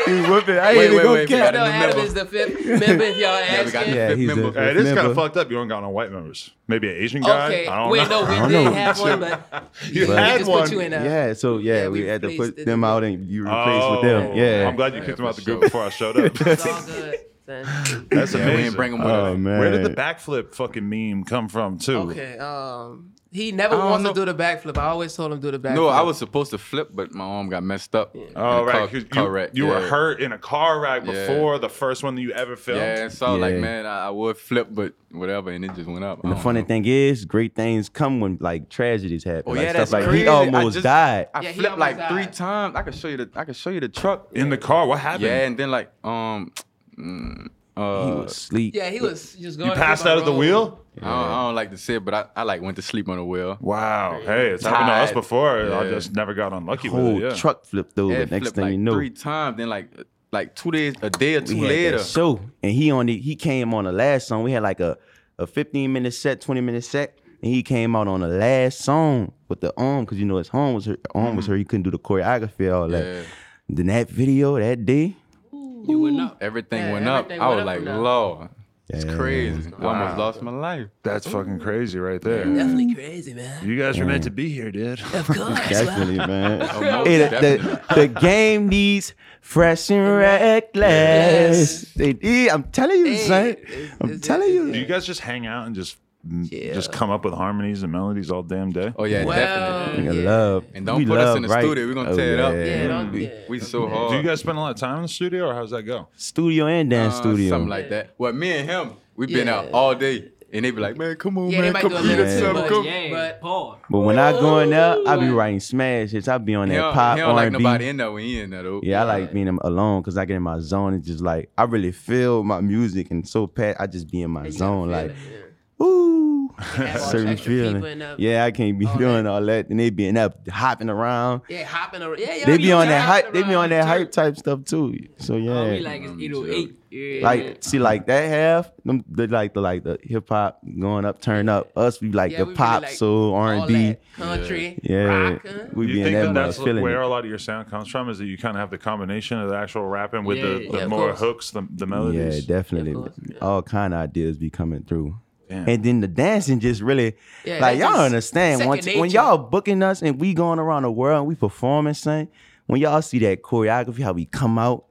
Speaker 2: You whip it. I ain't
Speaker 4: Wait,
Speaker 2: even
Speaker 4: wait,
Speaker 2: go
Speaker 4: wait, we
Speaker 2: count.
Speaker 3: I
Speaker 4: gotta-
Speaker 3: know Adam
Speaker 4: Remember.
Speaker 3: is the fifth member if y'all
Speaker 4: Yeah, we got
Speaker 3: ask.
Speaker 4: the
Speaker 3: asking.
Speaker 2: Yeah,
Speaker 4: fifth
Speaker 2: he's a-
Speaker 4: member.
Speaker 1: Hey, this kind
Speaker 2: Remember.
Speaker 1: of fucked up. You don't got no white members. Maybe an Asian guy.
Speaker 3: Okay.
Speaker 1: I don't
Speaker 3: Wait,
Speaker 1: know.
Speaker 3: no, we
Speaker 2: I don't
Speaker 3: did
Speaker 2: know.
Speaker 3: have one, but
Speaker 1: you
Speaker 2: But-
Speaker 1: had
Speaker 3: just
Speaker 1: one.
Speaker 3: put you in a
Speaker 2: Yeah, so yeah,
Speaker 3: Yeah,
Speaker 2: we,
Speaker 3: we
Speaker 2: had to
Speaker 3: replaced
Speaker 2: put
Speaker 3: it.
Speaker 2: them out and you replaced
Speaker 1: Oh,
Speaker 2: with them. Yeah.
Speaker 1: I'm glad you kicked them
Speaker 4: for
Speaker 1: out the group
Speaker 4: sure.
Speaker 1: before I showed up.
Speaker 3: It's all good. son.
Speaker 1: That's
Speaker 4: Yeah,
Speaker 1: amazing.
Speaker 4: we ain't bring them with
Speaker 2: oh
Speaker 4: us.
Speaker 2: man.
Speaker 1: Where did the backflip fucking meme come from too?
Speaker 3: Okay. Um, he never
Speaker 4: I don't
Speaker 3: wants to
Speaker 4: know.
Speaker 3: do the backflip. I always told him do the backflip.
Speaker 4: No, I was supposed to flip, but my arm got messed up.
Speaker 1: Oh,
Speaker 4: In a
Speaker 1: right.
Speaker 4: Car,
Speaker 1: 'cause
Speaker 4: car
Speaker 1: you
Speaker 4: wreck,
Speaker 1: you were
Speaker 4: yeah.
Speaker 1: hurt in a car wreck
Speaker 4: Yeah.
Speaker 1: before the first one that you ever filmed.
Speaker 4: Yeah, so I was like,
Speaker 2: Yeah.
Speaker 4: man, I, I would flip, but whatever, and it just went up. I
Speaker 2: And the
Speaker 4: don't
Speaker 2: funny
Speaker 4: know.
Speaker 2: thing is, great things come when like tragedies happen.
Speaker 4: Oh
Speaker 2: like,
Speaker 4: yeah,
Speaker 2: stuff
Speaker 4: that's
Speaker 2: like
Speaker 4: crazy.
Speaker 2: he
Speaker 4: I
Speaker 2: almost
Speaker 4: just-
Speaker 2: died.
Speaker 4: I
Speaker 3: Yeah, he
Speaker 4: flipped like
Speaker 3: almost
Speaker 4: three
Speaker 3: died.
Speaker 4: times. I could show you the. I could show you the truck.
Speaker 1: In the car, what happened?
Speaker 4: Yeah, and then like um, mm, uh,
Speaker 2: he was asleep.
Speaker 3: Yeah, he was just going.
Speaker 1: You
Speaker 3: through
Speaker 1: passed
Speaker 3: my
Speaker 1: out at the
Speaker 3: road.
Speaker 1: wheel?
Speaker 4: I, don't, I don't like to say, it, but I, I like went to sleep on the wheel.
Speaker 1: Wow. Hey, it's happened to us
Speaker 4: Tied.
Speaker 1: before. I
Speaker 4: Yeah.
Speaker 1: just never got unlucky
Speaker 2: Whole
Speaker 1: with it. Yeah.
Speaker 2: truck flipped over.
Speaker 4: Yeah, it
Speaker 2: Next
Speaker 4: flipped,
Speaker 2: thing
Speaker 4: like
Speaker 2: you know,
Speaker 4: three times. Then like like two days, a day or two
Speaker 2: we had
Speaker 4: later.
Speaker 2: that show, and he on the, he came on the last song. We had like a, a fifteen minute set, twenty minute set, and he came out on the last song with the arm because you know his arm was her arm was her. He couldn't do the choreography all
Speaker 4: Mm-hmm. Yeah.
Speaker 2: that. Then that video that day,
Speaker 5: You would not.
Speaker 4: Everything
Speaker 3: Yeah,
Speaker 4: went up.
Speaker 3: everything went
Speaker 4: I was
Speaker 3: up
Speaker 4: like,
Speaker 3: now.
Speaker 4: Lord, it's
Speaker 2: Yeah.
Speaker 4: crazy. I almost lost my life.
Speaker 1: That's fucking crazy right there.
Speaker 3: Definitely crazy, man.
Speaker 1: You guys were meant to
Speaker 4: Mm.
Speaker 1: be here, dude.
Speaker 3: Of course.
Speaker 2: definitely man.
Speaker 4: most
Speaker 2: Hey, the, the, the game needs fresh and reckless. They need- I'm telling you,
Speaker 3: Hey,
Speaker 2: son.
Speaker 3: it's-
Speaker 2: I'm
Speaker 3: it's-
Speaker 2: telling
Speaker 3: it's-
Speaker 2: you.
Speaker 1: Do you guys just hang out and just
Speaker 3: Yeah.
Speaker 1: just come up with harmonies and melodies all damn day?
Speaker 4: Oh yeah,
Speaker 3: Well,
Speaker 4: definitely.
Speaker 2: Nigga,
Speaker 3: yeah.
Speaker 2: love.
Speaker 4: And don't
Speaker 2: we
Speaker 4: put us
Speaker 2: love
Speaker 4: in the
Speaker 2: right. Oh,
Speaker 4: studio. We're gonna tear it up.
Speaker 3: Yeah, don't-
Speaker 2: We-
Speaker 3: yeah.
Speaker 4: We so hard.
Speaker 1: Do you guys spend a lot of time in the studio, or how's that go?
Speaker 2: Studio and dance
Speaker 4: Uh,
Speaker 2: studio.
Speaker 4: Something like that. Well, me and him, we've been out
Speaker 3: Yeah.
Speaker 4: all day. And they be like, man, come on,
Speaker 3: Yeah, they
Speaker 4: man.
Speaker 3: might
Speaker 4: Come
Speaker 3: do a
Speaker 4: eat
Speaker 3: little
Speaker 4: us
Speaker 3: too
Speaker 4: up,
Speaker 3: much.
Speaker 4: come-
Speaker 5: Yeah,
Speaker 3: but-
Speaker 5: but Paul.
Speaker 2: but when I go in there, I be writing smash hits. I be on
Speaker 4: He
Speaker 2: that
Speaker 4: don't,
Speaker 2: pop
Speaker 4: he don't like
Speaker 2: R&B.
Speaker 4: nobody in there when he in there though.
Speaker 2: yeah, I like being am- alone because I get in my zone. It's just like I really feel my music and so pat. I just be in my zone, like ooh,
Speaker 3: have all
Speaker 2: certain
Speaker 3: these extra people in
Speaker 2: feeling.
Speaker 3: there.
Speaker 2: Yeah, I can't be
Speaker 3: All
Speaker 2: doing
Speaker 3: that.
Speaker 2: all that, and they being up hopping around.
Speaker 3: Yeah, hopping around. Yeah, yeah.
Speaker 2: they
Speaker 3: we
Speaker 2: be on that
Speaker 3: hopping
Speaker 2: hype. They be
Speaker 3: around.
Speaker 2: on that hype type stuff too. So yeah,
Speaker 5: I'll be like, it's 808. Yeah.
Speaker 2: Like, see, like that half, them they like the like the hip hop going up, turn up. Us we like
Speaker 3: Yeah,
Speaker 2: the
Speaker 3: we really
Speaker 2: pop,
Speaker 3: like
Speaker 2: soul, R
Speaker 3: all
Speaker 2: and B.
Speaker 3: that country,
Speaker 2: Yeah,
Speaker 3: rock, huh?
Speaker 2: we
Speaker 1: you
Speaker 2: be in
Speaker 1: think
Speaker 2: that
Speaker 1: that
Speaker 2: mode,
Speaker 1: that's
Speaker 2: feeling
Speaker 1: where
Speaker 2: it.
Speaker 1: a lot of your sound comes from? Is that you kind of have the combination of the actual rapping with the,
Speaker 5: Yeah.
Speaker 1: the
Speaker 3: Yeah, of
Speaker 1: more
Speaker 3: course.
Speaker 1: hooks, the, the
Speaker 2: Yeah,
Speaker 1: melodies?
Speaker 2: definitely.
Speaker 3: Of course, yeah.
Speaker 2: All kind of ideas be coming through.
Speaker 1: Damn.
Speaker 2: And then the dancing just really,
Speaker 3: Yeah,
Speaker 2: like
Speaker 3: that's
Speaker 2: y'all
Speaker 3: just
Speaker 2: understand.
Speaker 3: second
Speaker 2: Once, when
Speaker 3: nature.
Speaker 2: y'all booking us and we going around the world and we performing, son, when y'all see that choreography, how we come out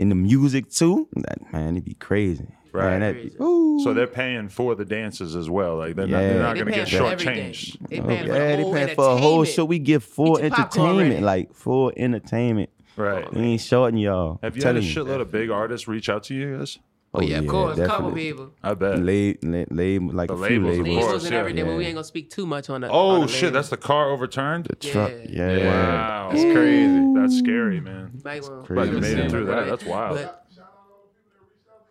Speaker 2: and the music too, that, man, it'd be crazy.
Speaker 1: Right.
Speaker 2: Man, that'd be, ooh.
Speaker 1: So they're paying for the dances as well. Like they're not, they're
Speaker 2: Yeah.
Speaker 1: not
Speaker 3: They
Speaker 1: going to
Speaker 3: paying
Speaker 1: get
Speaker 3: for everything.
Speaker 1: shortchanged.
Speaker 3: They
Speaker 2: Oh,
Speaker 3: paying for
Speaker 2: yeah,
Speaker 3: the
Speaker 2: they
Speaker 3: whole
Speaker 2: paying for a whole show.
Speaker 3: entertainment.
Speaker 2: We get full
Speaker 3: your popcorn
Speaker 2: entertainment,
Speaker 3: ready.
Speaker 2: like full entertainment.
Speaker 1: Right.
Speaker 2: We ain't shorting y'all.
Speaker 1: Have you had a
Speaker 2: Telling
Speaker 1: shitload of big artists reach out to you guys?
Speaker 3: Oh yeah, of course. A couple people.
Speaker 1: I bet.
Speaker 2: Lab, la- lab- like
Speaker 1: The
Speaker 2: a few
Speaker 1: labels, of
Speaker 2: labels.
Speaker 1: course,
Speaker 3: Labels and
Speaker 1: yeah.
Speaker 3: everything, but we
Speaker 2: Yeah.
Speaker 3: ain't gonna speak too much on that.
Speaker 1: Oh shit, that's the car overturned.
Speaker 2: Truck,
Speaker 3: Yeah.
Speaker 2: yeah.
Speaker 1: Wow,
Speaker 4: It's crazy.
Speaker 1: that's scary, man.
Speaker 3: Might wanna-
Speaker 1: But you
Speaker 2: Crazy.
Speaker 1: made it through that. That's wild.
Speaker 3: But,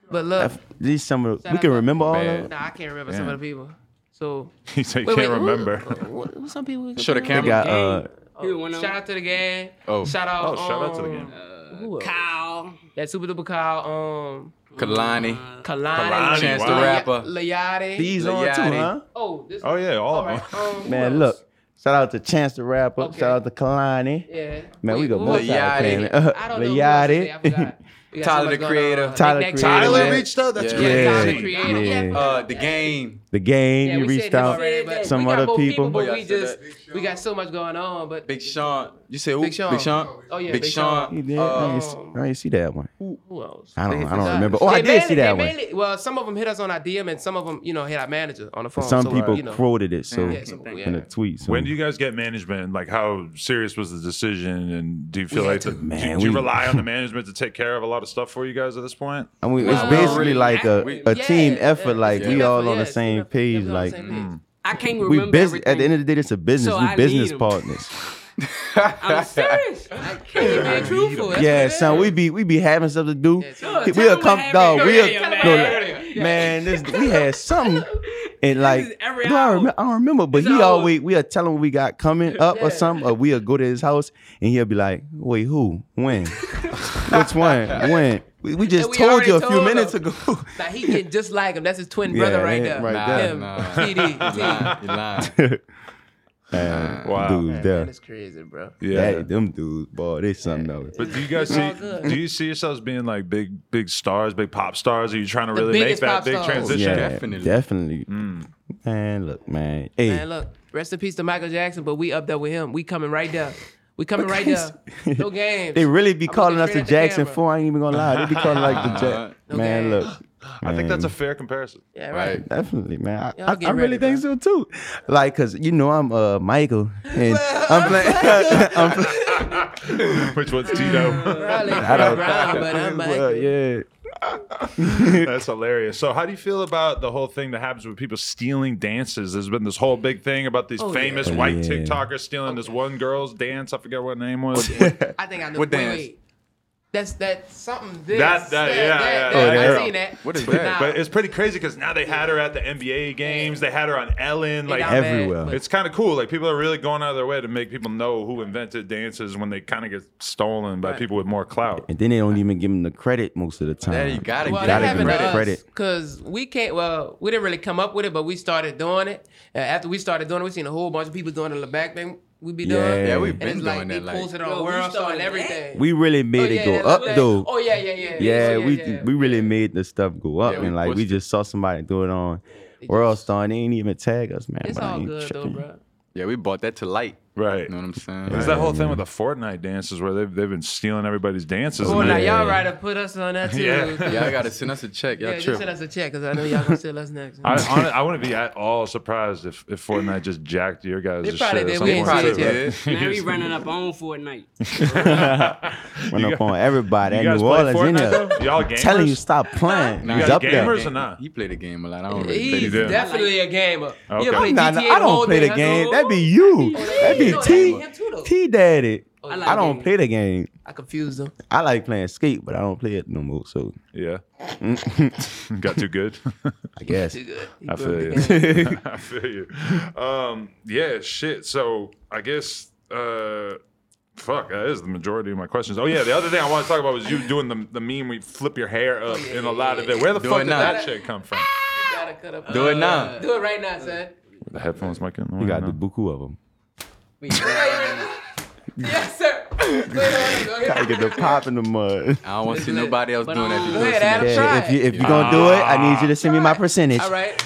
Speaker 3: but look,
Speaker 2: F- These some of the,
Speaker 3: Shout
Speaker 2: we
Speaker 3: out
Speaker 2: can
Speaker 3: to-
Speaker 2: remember all
Speaker 4: Bad.
Speaker 2: of.
Speaker 3: nah, I can't remember some
Speaker 1: Yeah.
Speaker 3: of the people. So
Speaker 1: He said,
Speaker 3: wait,
Speaker 1: "Can't
Speaker 3: wait, who-
Speaker 1: remember."
Speaker 3: what- what- some people. we can
Speaker 4: Show the
Speaker 3: put
Speaker 2: They
Speaker 4: camera.
Speaker 3: on?
Speaker 2: got uh,
Speaker 5: Gang. He was one of
Speaker 3: Oh, Shout out to the gang.
Speaker 4: Oh.
Speaker 3: Shout out.
Speaker 1: Oh, shout out to the
Speaker 3: um,
Speaker 1: game.
Speaker 3: who else?
Speaker 5: Kyle.
Speaker 3: That super duper Kyle. Um,
Speaker 4: Kalani,
Speaker 3: Kalani.
Speaker 1: Kalani,
Speaker 4: Chance the
Speaker 1: wow.
Speaker 4: Rapper.
Speaker 3: Layade.
Speaker 2: these on too,
Speaker 4: Liati.
Speaker 2: huh?
Speaker 3: Oh, this.
Speaker 1: Oh yeah, all of
Speaker 3: All
Speaker 1: them.
Speaker 3: right. Um, who
Speaker 2: Man,
Speaker 3: else?
Speaker 2: look, Shout out to Chance the Rapper.
Speaker 3: Okay.
Speaker 2: Shout out to Kalani.
Speaker 3: Yeah.
Speaker 2: Man, we go
Speaker 3: who
Speaker 2: more
Speaker 3: was it?
Speaker 4: Yachty.
Speaker 2: time.
Speaker 3: I don't know. who else it is. I forgot. We got so
Speaker 4: Tyler,
Speaker 3: much
Speaker 4: the
Speaker 3: going on.
Speaker 4: creator.
Speaker 3: Nick
Speaker 2: Tyler,
Speaker 3: Nack
Speaker 2: the
Speaker 3: Tyler.
Speaker 1: Tyler
Speaker 2: Yeah.
Speaker 1: reached out. That's
Speaker 4: Yeah.
Speaker 1: crazy.
Speaker 3: Yeah. Tyler,
Speaker 2: Yeah.
Speaker 3: creator.
Speaker 2: Yeah.
Speaker 4: Uh, the game.
Speaker 2: The game,
Speaker 3: Yeah,
Speaker 2: you
Speaker 3: we
Speaker 2: reached
Speaker 3: said this
Speaker 2: out.
Speaker 3: already, but
Speaker 2: some
Speaker 3: we got
Speaker 2: other
Speaker 3: more
Speaker 2: people.
Speaker 3: but
Speaker 4: Oh, yeah,
Speaker 3: we
Speaker 4: I said
Speaker 3: just we got so much going on. But
Speaker 4: Big Sean. You said who?
Speaker 3: Big Sean.
Speaker 4: Big Sean.
Speaker 3: Oh, yeah,
Speaker 4: Big
Speaker 3: Big
Speaker 4: Sean.
Speaker 2: You did? I,
Speaker 4: Uh,
Speaker 2: didn't see, I didn't see that one.
Speaker 3: who else?
Speaker 2: I don't.
Speaker 3: They
Speaker 2: I don't
Speaker 3: forgot.
Speaker 2: remember. Oh, I
Speaker 3: They
Speaker 2: did
Speaker 3: mainly-
Speaker 2: see that
Speaker 3: they
Speaker 2: one.
Speaker 3: mainly- well, some of them hit us on our DM, and some of them, you know, hit our manager on the phone.
Speaker 2: Some
Speaker 3: so, uh,
Speaker 2: people
Speaker 3: you know,
Speaker 2: quoted it. So
Speaker 3: Yeah, some people,
Speaker 2: in
Speaker 3: yeah.
Speaker 2: the tweets.
Speaker 1: When do you guys get management? and, Like, how serious was the decision? And do you feel
Speaker 3: We had
Speaker 1: like the,
Speaker 3: to-
Speaker 1: do,
Speaker 2: Man,
Speaker 1: do you
Speaker 2: we-
Speaker 1: rely on the management to take care of a lot of stuff for you guys at this point?
Speaker 2: I mean,
Speaker 5: No,
Speaker 2: it's
Speaker 5: no,
Speaker 2: basically
Speaker 5: really.
Speaker 2: like a, a
Speaker 3: Yeah,
Speaker 2: team effort.
Speaker 3: yeah,
Speaker 2: Like
Speaker 3: team
Speaker 2: we
Speaker 3: effort,
Speaker 2: all on
Speaker 3: yeah,
Speaker 2: the
Speaker 3: team
Speaker 2: same
Speaker 3: effort.
Speaker 2: page.
Speaker 3: Yeah, we on the
Speaker 2: Like
Speaker 3: same
Speaker 4: Mm.
Speaker 3: page.
Speaker 5: I can't
Speaker 2: we
Speaker 5: remember.
Speaker 2: business. At the
Speaker 5: everything.
Speaker 2: end of the day, it's a business.
Speaker 5: So
Speaker 2: we
Speaker 5: I need
Speaker 2: business
Speaker 5: 'em.
Speaker 2: partners.
Speaker 5: I'm serious. I can't
Speaker 3: Yeah,
Speaker 5: even
Speaker 3: we
Speaker 5: truthful. That's
Speaker 2: yeah,
Speaker 5: what it
Speaker 2: son,
Speaker 5: is.
Speaker 2: we be we be having stuff to do.
Speaker 3: Yeah, tell 'em
Speaker 2: we'll
Speaker 5: what
Speaker 2: come,
Speaker 5: happened
Speaker 2: dog. We'll
Speaker 5: earlier,
Speaker 2: no,
Speaker 5: man.
Speaker 2: like, man. This we had something, and
Speaker 5: is
Speaker 2: like
Speaker 5: every
Speaker 2: bro, I,
Speaker 5: hour.
Speaker 2: remember, I don't remember, but
Speaker 5: It's
Speaker 2: he
Speaker 5: hour.
Speaker 2: always we'll tell him what we got coming up
Speaker 3: Yeah.
Speaker 2: or something, or we'll go to his house and he'll be like, "Wait, who? When? Which one? When?" We, we just
Speaker 3: And we
Speaker 2: told you a
Speaker 3: already
Speaker 2: few
Speaker 3: told
Speaker 2: minutes
Speaker 3: him.
Speaker 2: ago.
Speaker 3: Now he can just like him. That's his twin
Speaker 2: Yeah,
Speaker 3: brother right
Speaker 2: yeah,
Speaker 3: there.
Speaker 2: right
Speaker 4: Nah,
Speaker 2: there.
Speaker 3: Him,
Speaker 4: nah.
Speaker 3: TD,
Speaker 4: You lying. You lying.
Speaker 1: Wow.
Speaker 2: dudes,
Speaker 3: That
Speaker 2: there.
Speaker 3: is crazy, bro.
Speaker 1: Yeah.
Speaker 2: That- them dudes, boy, they something else.
Speaker 1: But do you guys see?
Speaker 3: all good.
Speaker 1: Do you see yourselves being like big, big stars, big pop stars? Are you trying to
Speaker 3: The
Speaker 1: really make
Speaker 3: biggest
Speaker 1: that
Speaker 3: pop
Speaker 1: big
Speaker 3: stars.
Speaker 1: transition?
Speaker 2: yeah,
Speaker 4: Definitely.
Speaker 2: definitely, Mm. Man, look, man, hey,
Speaker 3: Man, look, rest in peace to Michael Jackson, but we up there with him. We coming right there. We coming right there. No games.
Speaker 2: They really be
Speaker 3: I'm
Speaker 2: calling
Speaker 3: looking
Speaker 2: us the
Speaker 3: straight at the
Speaker 2: Jackson
Speaker 3: camera.
Speaker 2: Four. I ain't even gonna lie. They be calling like the
Speaker 4: Uh-huh.
Speaker 2: Jack. Man,
Speaker 3: Okay.
Speaker 2: look.
Speaker 1: I think that's a
Speaker 2: man,
Speaker 1: fair comparison.
Speaker 3: Yeah,
Speaker 4: Right.
Speaker 3: right.
Speaker 2: definitely, man. I,
Speaker 3: Y'all
Speaker 2: I,
Speaker 3: get
Speaker 2: I really
Speaker 3: ready, bro.
Speaker 2: think so too. Like, cause you know I'm uh Michael, and I'm playing. I'm playing.
Speaker 1: Which one's Tito?
Speaker 3: Probably
Speaker 2: I don't-
Speaker 3: Brown, but I'm like,
Speaker 2: Well, yeah.
Speaker 1: That's hilarious. So, how do you feel about the whole thing that happens with people stealing dances? There's been this whole big thing about these
Speaker 3: Oh,
Speaker 1: famous
Speaker 3: yeah.
Speaker 1: white
Speaker 2: Yeah.
Speaker 1: TikTokers stealing this one girl's dance. I forget what her name was.
Speaker 3: I think I know.
Speaker 4: What
Speaker 3: Wait,
Speaker 4: dance?
Speaker 3: wait. That's that something. This,
Speaker 1: That- that- yeah, yeah,
Speaker 2: yeah,
Speaker 3: I
Speaker 2: yeah.
Speaker 3: seen that.
Speaker 4: What is
Speaker 3: But
Speaker 4: that?
Speaker 3: now-
Speaker 1: But it's pretty crazy because now they had her at the NBA games. They had her on Ellen.
Speaker 3: it
Speaker 1: Like
Speaker 3: got bad,
Speaker 2: everywhere.
Speaker 3: but-
Speaker 1: it's kind of cool. Like people are really going out of their way to make people know who invented dances when they kind of get stolen by people with more clout.
Speaker 2: And then they don't even give him the credit most of the time.
Speaker 4: There you gotta
Speaker 3: Well,
Speaker 4: get
Speaker 3: that
Speaker 2: gotta
Speaker 4: it.
Speaker 2: give
Speaker 3: happened
Speaker 2: them
Speaker 3: to
Speaker 4: Credit.
Speaker 3: us
Speaker 2: credit.
Speaker 3: because we can't. Well, we didn't really come up with it, but we started doing it. And after we started doing it, we seen a whole bunch of people doing the back thing. We be doing.
Speaker 2: Yeah. Yeah,
Speaker 4: we've
Speaker 3: and
Speaker 4: been
Speaker 3: it's
Speaker 4: doing
Speaker 3: like
Speaker 4: that,
Speaker 3: They
Speaker 4: like-
Speaker 3: posted
Speaker 5: Yo,
Speaker 3: on
Speaker 5: we
Speaker 3: World Star and
Speaker 5: started that?
Speaker 3: everything.
Speaker 2: We really made
Speaker 3: Oh,
Speaker 2: it
Speaker 3: yeah,
Speaker 2: go
Speaker 3: yeah,
Speaker 2: up
Speaker 3: like-
Speaker 2: though.
Speaker 3: Oh yeah, yeah, yeah.
Speaker 2: yeah,
Speaker 3: Oh,
Speaker 2: we
Speaker 3: yeah.
Speaker 2: we really made the stuff go up,
Speaker 4: Yeah, we
Speaker 2: and like we
Speaker 4: pushed
Speaker 2: just saw somebody do it on World Star, and they ain't even tag us, man.
Speaker 3: It's
Speaker 2: but I
Speaker 3: all
Speaker 2: ain't
Speaker 3: good though,
Speaker 2: tripping.
Speaker 3: bro.
Speaker 4: Yeah, we brought that to light.
Speaker 1: Right.
Speaker 4: You know what I'm saying?
Speaker 1: There's that whole thing with the Fortnite dances where they've, they've been stealing everybody's dances.
Speaker 3: Well,
Speaker 1: and
Speaker 3: now
Speaker 1: they-
Speaker 3: y'all right to put us on that too.
Speaker 1: Yeah.
Speaker 4: Yeah, I gotta send us a check. Y'all
Speaker 3: Yeah,
Speaker 4: trip.
Speaker 3: just send us a check because I know y'all gonna sell us next.
Speaker 1: I, hon- I wouldn't be at all surprised if, if Fortnite just jacked your guys'
Speaker 3: They
Speaker 1: shit.
Speaker 3: probably
Speaker 1: at
Speaker 3: did.
Speaker 1: some
Speaker 3: We
Speaker 1: point,
Speaker 3: ain't seen
Speaker 1: too,
Speaker 3: it
Speaker 1: right?
Speaker 4: yet.
Speaker 5: Man, we running up on Fortnite.
Speaker 2: Run up on everybody
Speaker 1: You
Speaker 2: at
Speaker 1: guys
Speaker 2: New
Speaker 1: play
Speaker 2: Orleans in
Speaker 1: Fortnite,
Speaker 2: there.
Speaker 1: though? Y'all gamers?
Speaker 2: Telling you stop playing.
Speaker 4: Nah,
Speaker 2: He's
Speaker 1: guys
Speaker 2: up there.
Speaker 1: gamers? or not?
Speaker 4: He played the game a lot. I don't really play
Speaker 3: He's
Speaker 4: the
Speaker 1: did.
Speaker 4: game.
Speaker 3: definitely a gamer.
Speaker 1: Okay.
Speaker 3: You ever play
Speaker 1: I'm
Speaker 2: Nah, nah,
Speaker 3: GTA the
Speaker 2: I
Speaker 3: whole
Speaker 2: don't play
Speaker 3: day,
Speaker 2: the
Speaker 3: huh?
Speaker 2: game. That'd be you. That'd
Speaker 3: you
Speaker 2: be
Speaker 3: know,
Speaker 2: T.
Speaker 3: that'd be him too, though.
Speaker 2: T daddy.
Speaker 3: I like
Speaker 2: I don't
Speaker 3: games.
Speaker 2: play the game.
Speaker 3: I confused him.
Speaker 2: I like playing skate, but I don't play it no more. So
Speaker 1: Yeah.
Speaker 2: Mm-hmm.
Speaker 1: Got too good.
Speaker 2: I guess.
Speaker 3: Too good. He
Speaker 1: I
Speaker 3: broke
Speaker 1: feel
Speaker 3: the
Speaker 1: you.
Speaker 3: game.
Speaker 1: I feel you. Um, yeah, shit. So I guess uh fuck, that is the majority of my questions. Oh yeah, the other thing I want to talk about was you doing the the meme where you flip your hair
Speaker 3: Oh,
Speaker 1: up in a lot of it. Where the
Speaker 4: Do
Speaker 1: fuck
Speaker 4: it
Speaker 1: did
Speaker 4: now.
Speaker 1: that shit come from?
Speaker 3: gotta cut up. uh,
Speaker 4: Do it now.
Speaker 3: Do it right now, son.
Speaker 1: The headphones might get in the way
Speaker 2: You got
Speaker 1: now.
Speaker 2: the buku of them.
Speaker 3: yes, sir. Go ahead, go ahead.
Speaker 2: I get the pop in the mud.
Speaker 4: I don't want to see
Speaker 3: Listen,
Speaker 4: nobody else
Speaker 5: but
Speaker 4: doing that.
Speaker 5: I'm
Speaker 4: to
Speaker 5: glad
Speaker 4: listen to
Speaker 3: Adam
Speaker 4: that.
Speaker 3: Try
Speaker 2: Yeah, if you if you
Speaker 3: it. Ah.
Speaker 2: gonna do it, I need you to send me my percentage.
Speaker 3: All right.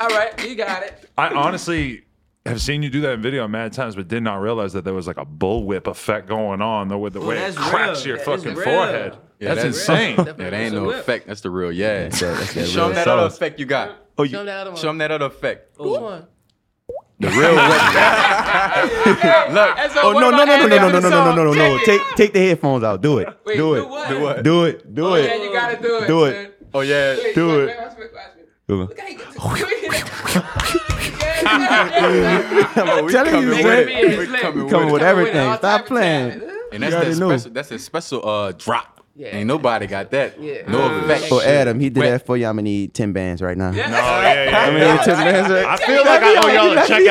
Speaker 3: All right, you got it.
Speaker 1: I honestly have seen you do that in video mad times, but did not realize that there was like a bullwhip effect going on though with the way it
Speaker 5: Oh, that's
Speaker 1: cracks
Speaker 5: real.
Speaker 1: your
Speaker 5: That is
Speaker 1: fucking
Speaker 5: real.
Speaker 1: forehead.
Speaker 4: Yeah,
Speaker 1: that's,
Speaker 4: that's
Speaker 1: insane. Oh,
Speaker 4: Yeah, that ain't no
Speaker 5: Whip.
Speaker 4: effect. That's the real. Yeah.
Speaker 2: So that's that
Speaker 4: Show
Speaker 2: real
Speaker 4: them that other
Speaker 2: sauce.
Speaker 4: effect you got.
Speaker 2: Oh,
Speaker 3: Show 'em
Speaker 2: you,
Speaker 3: the other one.
Speaker 4: Show them that other effect.
Speaker 3: Which one?
Speaker 4: The real one. Look.
Speaker 2: oh no no no no no no no no no no no no! Take take the headphones out. Do it.
Speaker 3: Wait,
Speaker 2: Do
Speaker 3: do
Speaker 2: it.
Speaker 3: what? Do what?
Speaker 2: Do it. Do
Speaker 3: Oh, yeah,
Speaker 2: it.
Speaker 3: you gotta do it.
Speaker 2: Do it.
Speaker 3: son.
Speaker 4: Oh yeah.
Speaker 3: Wait,
Speaker 2: Do
Speaker 3: wait,
Speaker 2: it.
Speaker 3: wait, watch me, watch me.
Speaker 2: Do it.
Speaker 3: Look how you get to-
Speaker 4: Oh, we
Speaker 2: telling
Speaker 4: coming
Speaker 2: you,
Speaker 4: with
Speaker 2: man.
Speaker 4: it. We coming with
Speaker 2: Coming
Speaker 4: it.
Speaker 2: with everything.
Speaker 3: All
Speaker 2: Stop
Speaker 3: type of
Speaker 2: playing.
Speaker 3: talent.
Speaker 4: And
Speaker 2: You
Speaker 4: that's
Speaker 2: already
Speaker 4: that
Speaker 2: know.
Speaker 4: special. That's a special uh drop.
Speaker 3: Yeah.
Speaker 4: Ain't nobody got that.
Speaker 3: Yeah.
Speaker 4: No
Speaker 3: Mm.
Speaker 4: effect.
Speaker 2: So Adam, he did
Speaker 4: Wait.
Speaker 2: that for you. I'm gonna need ten bands right now.
Speaker 1: No, yeah, yeah,
Speaker 2: I mean,
Speaker 1: yeah.
Speaker 2: ten bands. Right?
Speaker 1: I feel like I owe y'all a check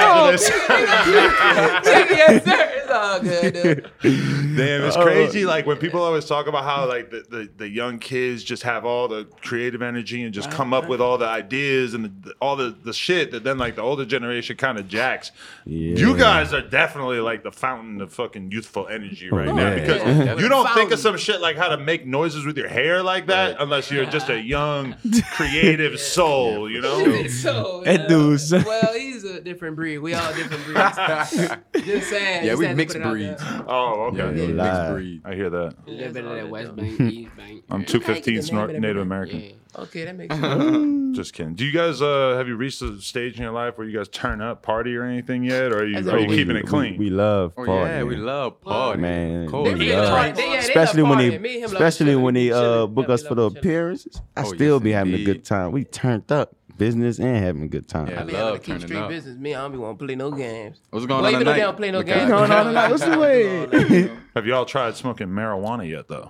Speaker 1: after this.
Speaker 3: Yes, sir. It's all good. dude.
Speaker 1: Damn,
Speaker 2: Oh.
Speaker 1: it's crazy. Like when people always talk about how like the, the, the young kids just have all the creative energy and just come up with all the ideas and the, the- all the, the shit that then like the older generation kind of jacks. You
Speaker 2: Yeah.
Speaker 1: guys are definitely like the fountain of fucking youthful energy right now
Speaker 2: yeah.
Speaker 1: because
Speaker 4: Yeah.
Speaker 1: you don't think
Speaker 3: Fountain.
Speaker 1: of some shit like how to make noises with your hair like that unless you're just a young creative soul. You know.
Speaker 3: so
Speaker 2: That
Speaker 3: uh,
Speaker 2: dude's-
Speaker 3: Well, he's a different breed. We all different breeds. Just saying.
Speaker 4: Yeah,
Speaker 3: just
Speaker 4: we
Speaker 3: had to
Speaker 4: mixed
Speaker 3: put it out
Speaker 4: breeds.
Speaker 3: there.
Speaker 1: Oh,
Speaker 4: Yeah,
Speaker 1: okay.
Speaker 4: yeah,
Speaker 2: lie.
Speaker 4: mixed breed.
Speaker 1: I hear that.
Speaker 5: A little bit of that West
Speaker 3: That's all
Speaker 5: Bank, East Bank.
Speaker 1: I'm
Speaker 5: yeah.
Speaker 1: two fifteen Native American.
Speaker 5: Yeah.
Speaker 3: Okay, that makes sense.
Speaker 1: Just kidding. Do you guys uh, have you reached the stage in your life where you guys turn up, party, or anything yet? Or are you,
Speaker 3: As
Speaker 1: are
Speaker 3: a-
Speaker 1: you
Speaker 2: Oh, We-
Speaker 1: keeping it clean?
Speaker 2: We, we love
Speaker 4: Oh
Speaker 2: party.
Speaker 4: yeah, we love party,
Speaker 2: Man,
Speaker 4: Of
Speaker 2: we
Speaker 4: course.
Speaker 3: They really
Speaker 2: love-
Speaker 3: party. They- yeah, they love
Speaker 2: especially when
Speaker 3: partying. Me
Speaker 2: they,
Speaker 3: and him love
Speaker 2: especially
Speaker 3: each other.
Speaker 2: when they
Speaker 3: We
Speaker 2: uh
Speaker 3: chilling.
Speaker 2: book
Speaker 3: Yeah,
Speaker 2: us
Speaker 3: we
Speaker 2: for the
Speaker 3: love each other.
Speaker 2: appearances. I
Speaker 4: Oh,
Speaker 2: still
Speaker 4: yes,
Speaker 2: be having a
Speaker 4: indeed.
Speaker 2: good time. We turned up, business and having a good time.
Speaker 4: Yeah.
Speaker 3: I mean,
Speaker 4: love
Speaker 3: I keep
Speaker 4: turning
Speaker 3: street
Speaker 4: up.
Speaker 3: business. Me, I don't be want to play no games.
Speaker 4: What's going
Speaker 3: Well,
Speaker 4: on
Speaker 3: even though
Speaker 4: tonight?
Speaker 3: they don't play no
Speaker 4: Look
Speaker 3: games.
Speaker 4: out.
Speaker 2: No, no, no, no. What's the way?
Speaker 1: have y'all tried smoking marijuana yet, though?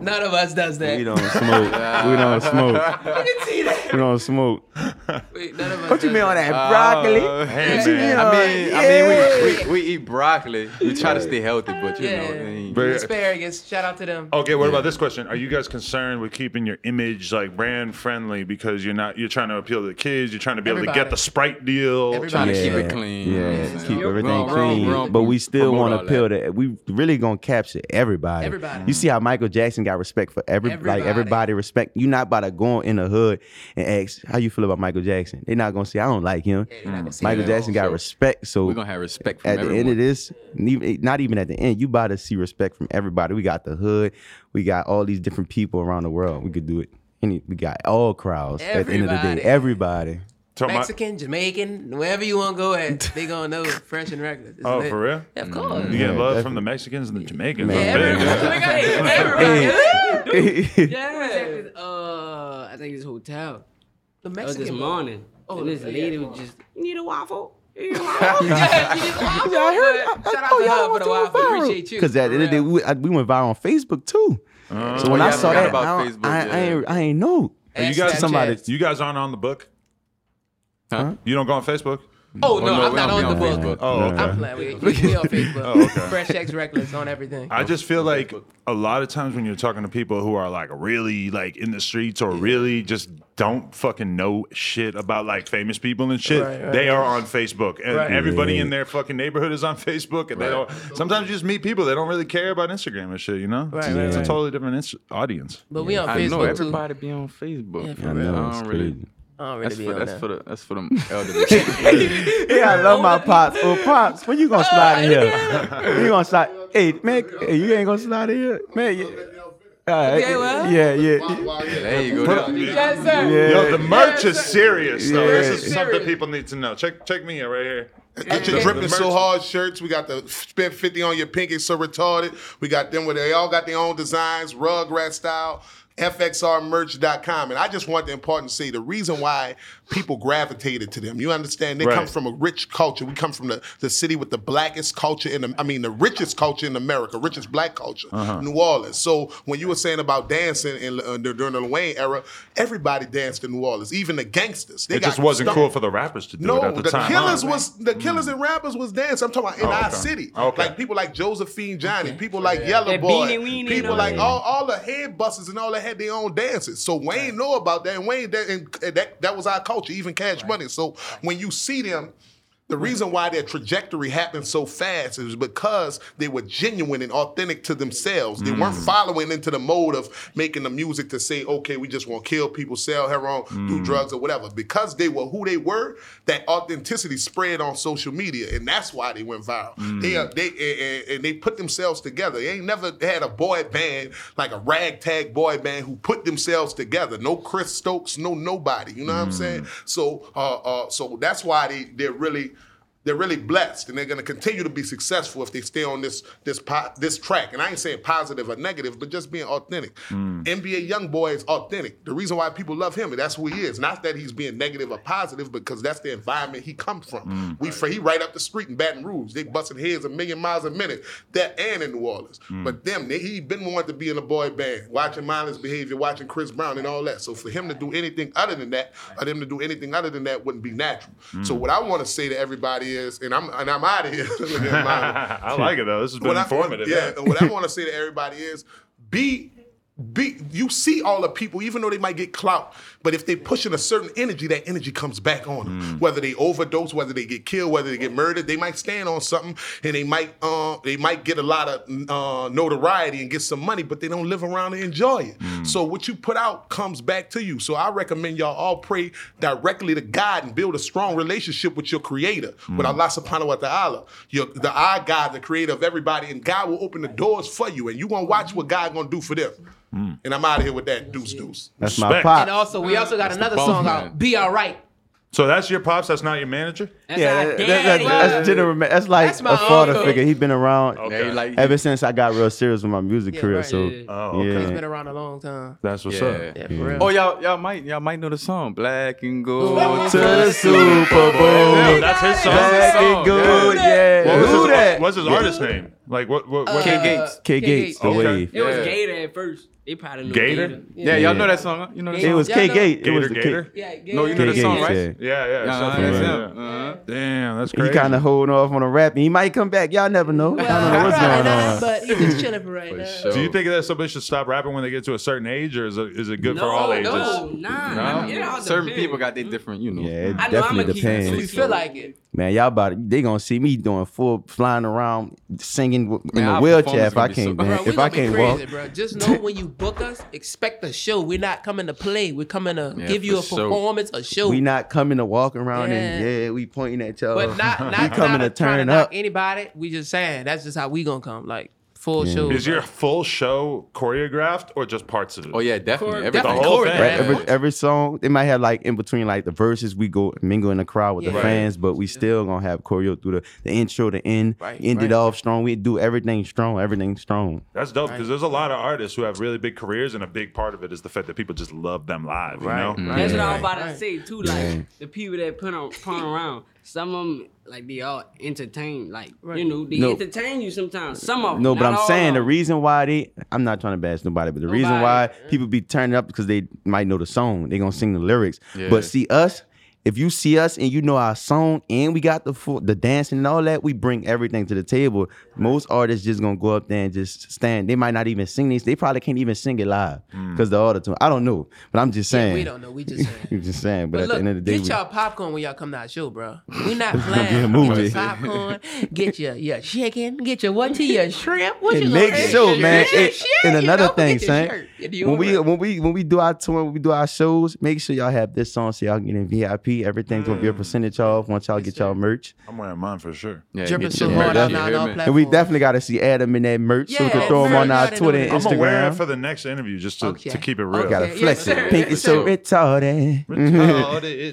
Speaker 3: None of us does that.
Speaker 2: we don't smoke. we don't smoke.
Speaker 3: You can see that.
Speaker 2: We don't smoke.
Speaker 3: Wait, none of us.
Speaker 2: What you
Speaker 3: does
Speaker 2: mean on
Speaker 3: that.
Speaker 2: that broccoli?
Speaker 4: Uh,
Speaker 1: Hey,
Speaker 2: What you
Speaker 1: man.
Speaker 2: mean
Speaker 4: I
Speaker 2: on-
Speaker 4: mean, I mean, we, we, we eat broccoli. We try to stay healthy, but you know,
Speaker 3: Yeah.
Speaker 4: it ain't-
Speaker 1: Very-
Speaker 3: Asparagus. Shout out to them.
Speaker 2: Oh.
Speaker 1: Okay, what about this question? Are you guys concerned with keeping your image like brand friendly because you're not you're trying to appeal to the kids, you're trying to be able to get
Speaker 3: Everybody.
Speaker 1: the Sprite deal?
Speaker 3: Everybody.
Speaker 4: trying to
Speaker 2: Yeah,
Speaker 4: keep it clean. you know what I'm
Speaker 2: Yeah,
Speaker 4: saying?
Speaker 2: keep
Speaker 4: We don't-
Speaker 2: everything
Speaker 4: we don't-
Speaker 2: clean.
Speaker 4: we don't
Speaker 2: but we still
Speaker 4: promote
Speaker 2: want
Speaker 4: all
Speaker 2: to
Speaker 4: that.
Speaker 2: appeal that. We really gonna capture everybody.
Speaker 3: Everybody.
Speaker 2: You see how Michael Jackson got respect for every
Speaker 3: Everybody.
Speaker 2: like everybody respect. You not about to go in the hood and ask how you feel about Michael Jackson. They're not gonna say I don't like him.
Speaker 3: Yeah, they're not gonna say
Speaker 2: Michael
Speaker 3: that.
Speaker 2: Jackson got
Speaker 4: So,
Speaker 2: respect. So
Speaker 4: We're gonna have respect for
Speaker 2: at
Speaker 4: everyone.
Speaker 2: the end of this, nev- not even at the end, you about to see respect from everybody. We got the hood. We got all these different people around the world. We could do it. Any, we got all crowds at the end of the
Speaker 3: Everybody.
Speaker 2: day. Everybody.
Speaker 1: So my-
Speaker 3: Mexican, Jamaican, wherever you want to go at, they gonna know fresh and regular. It's
Speaker 1: oh,
Speaker 3: lit.
Speaker 1: for real?
Speaker 3: Yeah, of
Speaker 4: Mm-hmm.
Speaker 3: course.
Speaker 1: You get love from the Mexicans and the Jamaicans.
Speaker 3: Yeah,
Speaker 1: That's big,
Speaker 3: everybody.
Speaker 1: huh?
Speaker 3: Everybody. everybody. Yeah.
Speaker 5: Uh, I think it's hotel.
Speaker 3: The
Speaker 5: That was
Speaker 3: Mexican.
Speaker 5: this morning.
Speaker 3: Oh,
Speaker 5: and this
Speaker 3: yeah,
Speaker 5: lady
Speaker 3: yeah.
Speaker 5: was just need a waffle. Need a waffle?"
Speaker 3: Yeah, she just- I
Speaker 2: Yeah, I heard. I,
Speaker 3: Shout out
Speaker 2: oh,
Speaker 3: to
Speaker 2: y'all
Speaker 3: her for
Speaker 2: went
Speaker 3: the wife.
Speaker 2: viral.
Speaker 3: We appreciate you.
Speaker 2: Cause at the end of the day,
Speaker 3: For
Speaker 2: we, I, we went viral on Facebook too. so when
Speaker 4: Oh,
Speaker 2: I
Speaker 4: yeah, I
Speaker 2: saw
Speaker 4: forgot
Speaker 2: that,
Speaker 4: about
Speaker 2: I, don't- I,
Speaker 4: Facebook,
Speaker 2: I
Speaker 4: yeah.
Speaker 2: ain't, I ain't know.
Speaker 3: real.
Speaker 1: You guys
Speaker 3: Snapchat.
Speaker 2: somebody-
Speaker 1: you guys aren't on the book?
Speaker 4: Huh?
Speaker 1: You don't go on Facebook?
Speaker 3: Oh
Speaker 4: Oh,
Speaker 3: no,
Speaker 4: no,
Speaker 3: I'm
Speaker 4: we
Speaker 3: not
Speaker 4: don't
Speaker 3: on the
Speaker 4: be on Facebook.
Speaker 3: book.
Speaker 1: Oh, okay.
Speaker 3: I'm playing with you. We on Facebook.
Speaker 1: Oh, okay.
Speaker 3: Fresh X Reckless on everything.
Speaker 1: I just feel like a lot of times when you're talking to people who are like really like in the streets or really just don't fucking know shit about like famous people and shit,
Speaker 3: Right, right.
Speaker 1: they are on Facebook and
Speaker 3: Right.
Speaker 1: everybody in their fucking neighborhood is on Facebook and they
Speaker 4: Right.
Speaker 1: don't. Sometimes you just meet people that don't really care about Instagram and shit, you know?
Speaker 3: Right,
Speaker 1: it's,
Speaker 3: right,
Speaker 1: it's a
Speaker 2: right.
Speaker 1: totally different ins- audience.
Speaker 3: But we on
Speaker 4: I know
Speaker 3: Facebook too. I
Speaker 4: everybody be on Facebook.
Speaker 3: Yeah, for
Speaker 2: I
Speaker 4: I
Speaker 2: know.
Speaker 4: don't
Speaker 2: It's
Speaker 4: really.
Speaker 2: crazy.
Speaker 3: don't really
Speaker 4: That's
Speaker 3: be
Speaker 4: for,
Speaker 3: on
Speaker 4: that's
Speaker 3: that.
Speaker 4: for the that's for the elderly.
Speaker 2: Yeah, I love my pops. Oh, pops, when you gonna slide in here? When you gonna slide? Hey, man, hey, you ain't gonna slide in here, man. Yeah, all right.
Speaker 3: Okay, well.
Speaker 2: yeah, yeah.
Speaker 4: there you go. That-
Speaker 3: Yes, sir.
Speaker 2: Yeah.
Speaker 1: Yo, the merch is serious though.
Speaker 2: Yeah.
Speaker 1: This is
Speaker 3: Serious.
Speaker 1: something people need to know. Check check me out right here.
Speaker 6: That shit
Speaker 1: Yeah.
Speaker 6: dripping so
Speaker 1: Merch.
Speaker 6: hard shirts. We got the spent 50 on your pink is so retarded. We got them where they all got their own designs, rugrat style, fxrmerch.com. And I just want to important to say the reason why people gravitated to them. You understand? They
Speaker 1: Right.
Speaker 6: come from a rich culture. We come from the, the city with the blackest culture in the, I mean the richest culture in America, richest black culture,
Speaker 1: Uh-huh.
Speaker 6: New Orleans. So when you were saying about dancing in, uh, during the Wayne era, everybody danced in New Orleans, even the gangsters. They
Speaker 1: It just
Speaker 6: got
Speaker 1: wasn't
Speaker 6: stoned.
Speaker 1: cool for the rappers to do
Speaker 6: No,
Speaker 1: it at the,
Speaker 6: the
Speaker 1: time.
Speaker 6: killers
Speaker 1: huh?
Speaker 6: was the killers and rappers was dancing. I'm talking about in
Speaker 1: Oh,
Speaker 6: our
Speaker 1: okay.
Speaker 6: city,
Speaker 1: Okay.
Speaker 6: like people like Josephine Johnny, people like Yellow
Speaker 5: That
Speaker 6: Boy,
Speaker 5: beanie weenie
Speaker 6: people
Speaker 5: and
Speaker 6: like
Speaker 5: all
Speaker 6: all, all the head busters and all that had their own dances. So Wayne know about that, and Wayne that, and that that was our culture, even Cash Money. So when you see them. The reason why their trajectory happened so fast is because they were genuine and authentic to themselves. They weren't following into the mode of making the music to say, okay, we just want to kill people, sell heroin, do drugs or whatever. Because they were who they were, that authenticity spread on social media, and that's why they went viral. They, uh, they and- and, and they put themselves together. They ain't never had a boy band like a ragtag boy band who put themselves together. No Chris Stokes, no nobody. You know what I'm saying? So, uh, uh, so that's why they they're really they're really blessed and they're going to continue to be successful if they stay on this this po- this track and i ain't saying positive or negative but just being authentic nba young boy is authentic the reason why people love him and that's who he is not that he's being negative or positive because that's the environment he comes from we fr- he right up the street in baton rouge they busting heads a million miles a minute that and in new orleans but them they, he been wanting to be in a boy band watching mindless behavior watching chris brown and all that so for him to do anything other than that or them to do anything other than that wouldn't be natural so what i want to say to everybody is, and I'm and I'm out of here.
Speaker 1: I like it though. This has been
Speaker 6: what I-
Speaker 1: informative.
Speaker 6: yeah, and what I want to say to everybody is, be be you see all the people, even though they might get clout, but if they pushing a certain energy, that energy comes back on them.
Speaker 1: Mm.
Speaker 6: Whether they overdose, whether they get killed, whether they get murdered, they might stand on something and they might uh, they might get a lot of uh, notoriety and get some money, but they don't live around and enjoy it. So what you put out comes back to you. So I recommend y'all all pray directly to God and build a strong relationship with your creator, with Allah subhanahu wa ta'ala. Your the I God, the creator of everybody, and God will open the doors for you and you gonna watch what God gonna do for them. And I'm out of here with that deuce deuce.
Speaker 2: That's my
Speaker 1: Respect.
Speaker 2: pop.
Speaker 3: And also, we also got another
Speaker 4: boss
Speaker 3: song
Speaker 4: man.
Speaker 3: out, Be Alright.
Speaker 1: So that's your pops. That's not your manager.
Speaker 5: That's
Speaker 2: yeah,
Speaker 5: our
Speaker 2: that- that-
Speaker 5: daddy.
Speaker 2: that- that's general. ma- That's like
Speaker 3: That's my
Speaker 2: a father
Speaker 3: uncle.
Speaker 2: figure. He's been around
Speaker 1: Okay.
Speaker 4: They like-
Speaker 2: ever since I got real serious with my music
Speaker 3: Yeah,
Speaker 2: career.
Speaker 3: right,
Speaker 2: so
Speaker 5: yeah.
Speaker 1: Oh,
Speaker 2: yeah,
Speaker 1: okay.
Speaker 3: It's been around a long time.
Speaker 1: That's what's
Speaker 4: Yeah.
Speaker 1: up.
Speaker 3: Yeah, for real.
Speaker 4: Oh y'all, y'all might y'all might know the song Black and Gold.
Speaker 2: to the Super Bowl.
Speaker 1: That's his song.
Speaker 2: Black and
Speaker 4: song,
Speaker 2: good, yeah.
Speaker 1: What was
Speaker 2: Who
Speaker 1: his,
Speaker 2: that?
Speaker 1: What's his artist name? Like what? What? what
Speaker 4: Kid Gates.
Speaker 2: K Gates, Oh, the
Speaker 1: Okay.
Speaker 2: wave.
Speaker 5: It was
Speaker 4: Yeah.
Speaker 5: Gator at first. They probably knew
Speaker 1: Gator?
Speaker 5: Gator.
Speaker 4: Yeah, y'all know that song. huh? You know that
Speaker 2: It
Speaker 4: song.
Speaker 2: was
Speaker 3: Yeah,
Speaker 2: K
Speaker 3: no.
Speaker 2: Gate. It
Speaker 1: Gator
Speaker 2: was the
Speaker 1: Gator.
Speaker 2: K
Speaker 5: Yeah, Gator.
Speaker 4: No, you know the
Speaker 2: Gates.
Speaker 4: song, right?
Speaker 2: Yeah.
Speaker 1: Yeah, yeah.
Speaker 4: Yeah,
Speaker 1: something
Speaker 4: that's
Speaker 1: like
Speaker 4: him.
Speaker 1: that.
Speaker 4: Uh-huh.
Speaker 1: Damn, that's
Speaker 2: He
Speaker 1: crazy.
Speaker 2: kind of holding off on a rap. He might come back. Y'all never know. I don't know what's
Speaker 3: Right
Speaker 2: going
Speaker 3: now,
Speaker 2: on.
Speaker 3: But he's just chilling for right
Speaker 4: For
Speaker 3: now.
Speaker 4: sure.
Speaker 1: Do you think that somebody should stop rapping when they get to a certain age, or is it, is it good
Speaker 5: No,
Speaker 1: for all ages?
Speaker 5: no, nah.
Speaker 4: No?
Speaker 5: It all
Speaker 4: Certain
Speaker 5: depends.
Speaker 4: people got their different, you know.
Speaker 2: Yeah, it
Speaker 5: I know I'ma
Speaker 2: definitely
Speaker 5: keep it
Speaker 3: We
Speaker 2: depends.
Speaker 5: sweet.
Speaker 3: feel like it.
Speaker 2: Man, y'all about to- they gonna see me doing full flying around, singing w- in
Speaker 4: Man,
Speaker 2: a
Speaker 4: our
Speaker 2: wheelchair
Speaker 4: performance
Speaker 2: if
Speaker 4: gonna
Speaker 2: I
Speaker 4: be
Speaker 2: can't,
Speaker 4: so-
Speaker 2: man.
Speaker 3: Bro, we
Speaker 2: If I
Speaker 3: gonna be
Speaker 2: can't walk,
Speaker 3: crazy, bro. Just know when you book us, expect a show. We're not coming to play. We're coming to
Speaker 4: Yeah,
Speaker 3: give you a
Speaker 4: for sure.
Speaker 3: performance, a show.
Speaker 2: we not coming to walk around and
Speaker 3: Yeah.
Speaker 2: yeah, we pointing at y'all.
Speaker 3: but not not,
Speaker 2: we coming
Speaker 3: not
Speaker 2: to turn
Speaker 3: trying to knock
Speaker 2: up.
Speaker 3: anybody. We just saying that's just how we gonna come. Like full
Speaker 2: Yeah.
Speaker 3: show.
Speaker 1: Is your full show choreographed or just parts of it?
Speaker 4: Oh yeah, definitely.
Speaker 5: Chore-
Speaker 4: Everything.
Speaker 3: Definitely.
Speaker 1: The whole
Speaker 4: Chore-
Speaker 1: thing.
Speaker 2: Right,
Speaker 1: Yeah.
Speaker 2: every every song they might have like in between like the verses we go mingle in the crowd with the
Speaker 3: Yeah.
Speaker 2: fans, but we still gonna have choreo through the, the intro, the end,
Speaker 3: Right,
Speaker 2: end
Speaker 3: right.
Speaker 2: it off strong. We do everything strong, everything strong.
Speaker 1: That's dope because there's a lot of artists who have really big careers, and a big part of it is the fact that people just love them live. You know,
Speaker 5: That's what I was
Speaker 3: Right,
Speaker 5: about to
Speaker 3: right.
Speaker 5: say too. Like the people that put on pun around, some of them like they all entertain. Like you know, they
Speaker 2: No.
Speaker 5: entertain you sometimes. Some of them.
Speaker 2: No, but I'm saying the reason why they I'm not trying to bash nobody, but the reason
Speaker 5: Nobody.
Speaker 2: why people be turning up because they might know the song. They gonna sing the lyrics.
Speaker 4: Yeah.
Speaker 2: But see us, if you see us and you know our song and we got the full, the dancing and all that, we bring everything to the table. Most artists just gonna go up there and just stand. They might not even sing these. They probably can't even sing it live because the auto tune. I don't know, but I'm just saying.
Speaker 3: we don't know. We just saying.
Speaker 2: I'm just saying. But,
Speaker 3: But
Speaker 2: at
Speaker 3: look,
Speaker 2: the end of the day,
Speaker 3: get
Speaker 2: we,
Speaker 3: y'all popcorn when y'all come to our show, bro. We not
Speaker 2: Get a
Speaker 3: playing.
Speaker 2: movie.
Speaker 3: Get your popcorn. Get your your chicken. Get your what to your shrimp. What you
Speaker 2: and
Speaker 3: gonna
Speaker 2: make
Speaker 3: eat?
Speaker 2: sure, man.
Speaker 3: Get your
Speaker 2: It-
Speaker 3: shirt,
Speaker 2: and
Speaker 3: you
Speaker 2: another
Speaker 3: know,
Speaker 2: thing,
Speaker 3: get your
Speaker 2: son.
Speaker 3: shirt. Get your
Speaker 2: When we
Speaker 3: deodorant.
Speaker 2: when we when we do our tour, when we do our shows, make sure y'all have this song so y'all can get in VIP. Everything's gonna be a percentage off once y'all get y'all merch.
Speaker 1: I'm wearing mine for sure.
Speaker 4: Yeah,
Speaker 3: Dripping
Speaker 4: get
Speaker 3: so
Speaker 4: your
Speaker 3: hard
Speaker 4: merch,
Speaker 3: out
Speaker 4: you
Speaker 3: now on
Speaker 4: hear
Speaker 3: all
Speaker 4: me?
Speaker 2: And we
Speaker 3: Platform.
Speaker 2: definitely gotta see Adam in that merch so we
Speaker 3: Yeah,
Speaker 2: can throw him on
Speaker 3: merch,
Speaker 2: our
Speaker 3: gotta
Speaker 2: Twitter
Speaker 3: do
Speaker 2: and
Speaker 3: it.
Speaker 1: I'm gonna wear it
Speaker 2: Instagram.
Speaker 1: for the next interview just to,
Speaker 3: Okay.
Speaker 1: to keep it real.
Speaker 2: gotta
Speaker 3: Okay,
Speaker 2: flex
Speaker 3: yes,
Speaker 2: it.
Speaker 3: sir.
Speaker 2: Pink is so
Speaker 3: Yes,
Speaker 2: retarded.
Speaker 1: Are you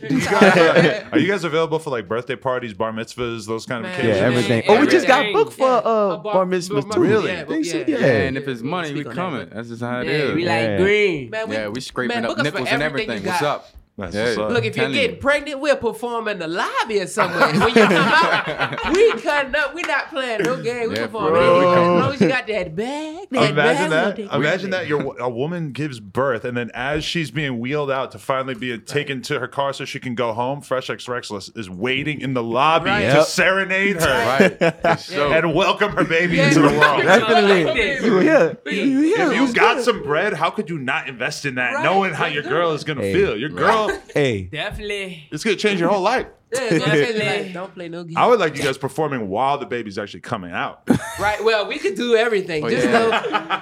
Speaker 1: guys available for like birthday parties, bar mitzvahs, those kind of
Speaker 3: Man.
Speaker 2: Yeah,
Speaker 1: occasions?
Speaker 2: everything. Oh, we just got
Speaker 5: Everything.
Speaker 2: booked for
Speaker 3: Yeah.
Speaker 2: uh
Speaker 3: A bar-
Speaker 2: bar mitzvah
Speaker 3: bar-
Speaker 2: too.
Speaker 3: Really?
Speaker 2: Yeah, they said,
Speaker 3: Yeah.
Speaker 2: yeah.
Speaker 4: Yeah, and if it's
Speaker 3: Yeah,
Speaker 4: money, we
Speaker 3: speak on that,
Speaker 4: coming. That's just how it
Speaker 5: Yeah, we
Speaker 4: is.
Speaker 5: like
Speaker 2: Yeah.
Speaker 5: green.
Speaker 3: Man,
Speaker 4: Yeah, we scraping
Speaker 3: man,
Speaker 4: up
Speaker 3: book us for
Speaker 4: nickels and
Speaker 3: everything you
Speaker 4: everything. What's
Speaker 3: got.
Speaker 4: up?
Speaker 1: That's
Speaker 4: Yeah.
Speaker 1: what's up.
Speaker 3: Look, if you're
Speaker 4: Telling
Speaker 3: getting
Speaker 4: you.
Speaker 3: pregnant, we'll perform in the lobby or somewhere. When you come out, we cutting up. we not playing no game. We
Speaker 4: Yeah,
Speaker 3: perform.
Speaker 4: bro.
Speaker 3: anywhere. As long as you got that bag, that
Speaker 1: Imagine
Speaker 3: bag.
Speaker 1: that.
Speaker 3: we'll take
Speaker 1: Imagine
Speaker 3: it.
Speaker 1: that your a woman gives birth, and then as she's being wheeled out to finally be taken to her car so she can go home, Fresh X Rexless is waiting in the lobby
Speaker 3: Right.
Speaker 1: to
Speaker 2: Yep.
Speaker 1: serenade her
Speaker 4: Right. For sure.
Speaker 1: and welcome her baby into the world.
Speaker 2: Definitely.
Speaker 5: Like this.
Speaker 2: You here. You here.
Speaker 1: If you got some bread, how could you not invest in that,
Speaker 3: Right.
Speaker 1: knowing how your girl is gonna feel? Your girl,
Speaker 2: Hey.
Speaker 5: Definitely.
Speaker 1: it's gonna change your whole life.
Speaker 3: Yeah, that's it.
Speaker 5: Definitely.
Speaker 3: Like, don't play no game.
Speaker 1: I would like you guys performing while the baby's actually coming out.
Speaker 3: Right. Well, we could do everything.
Speaker 4: Oh,
Speaker 3: just
Speaker 4: yeah.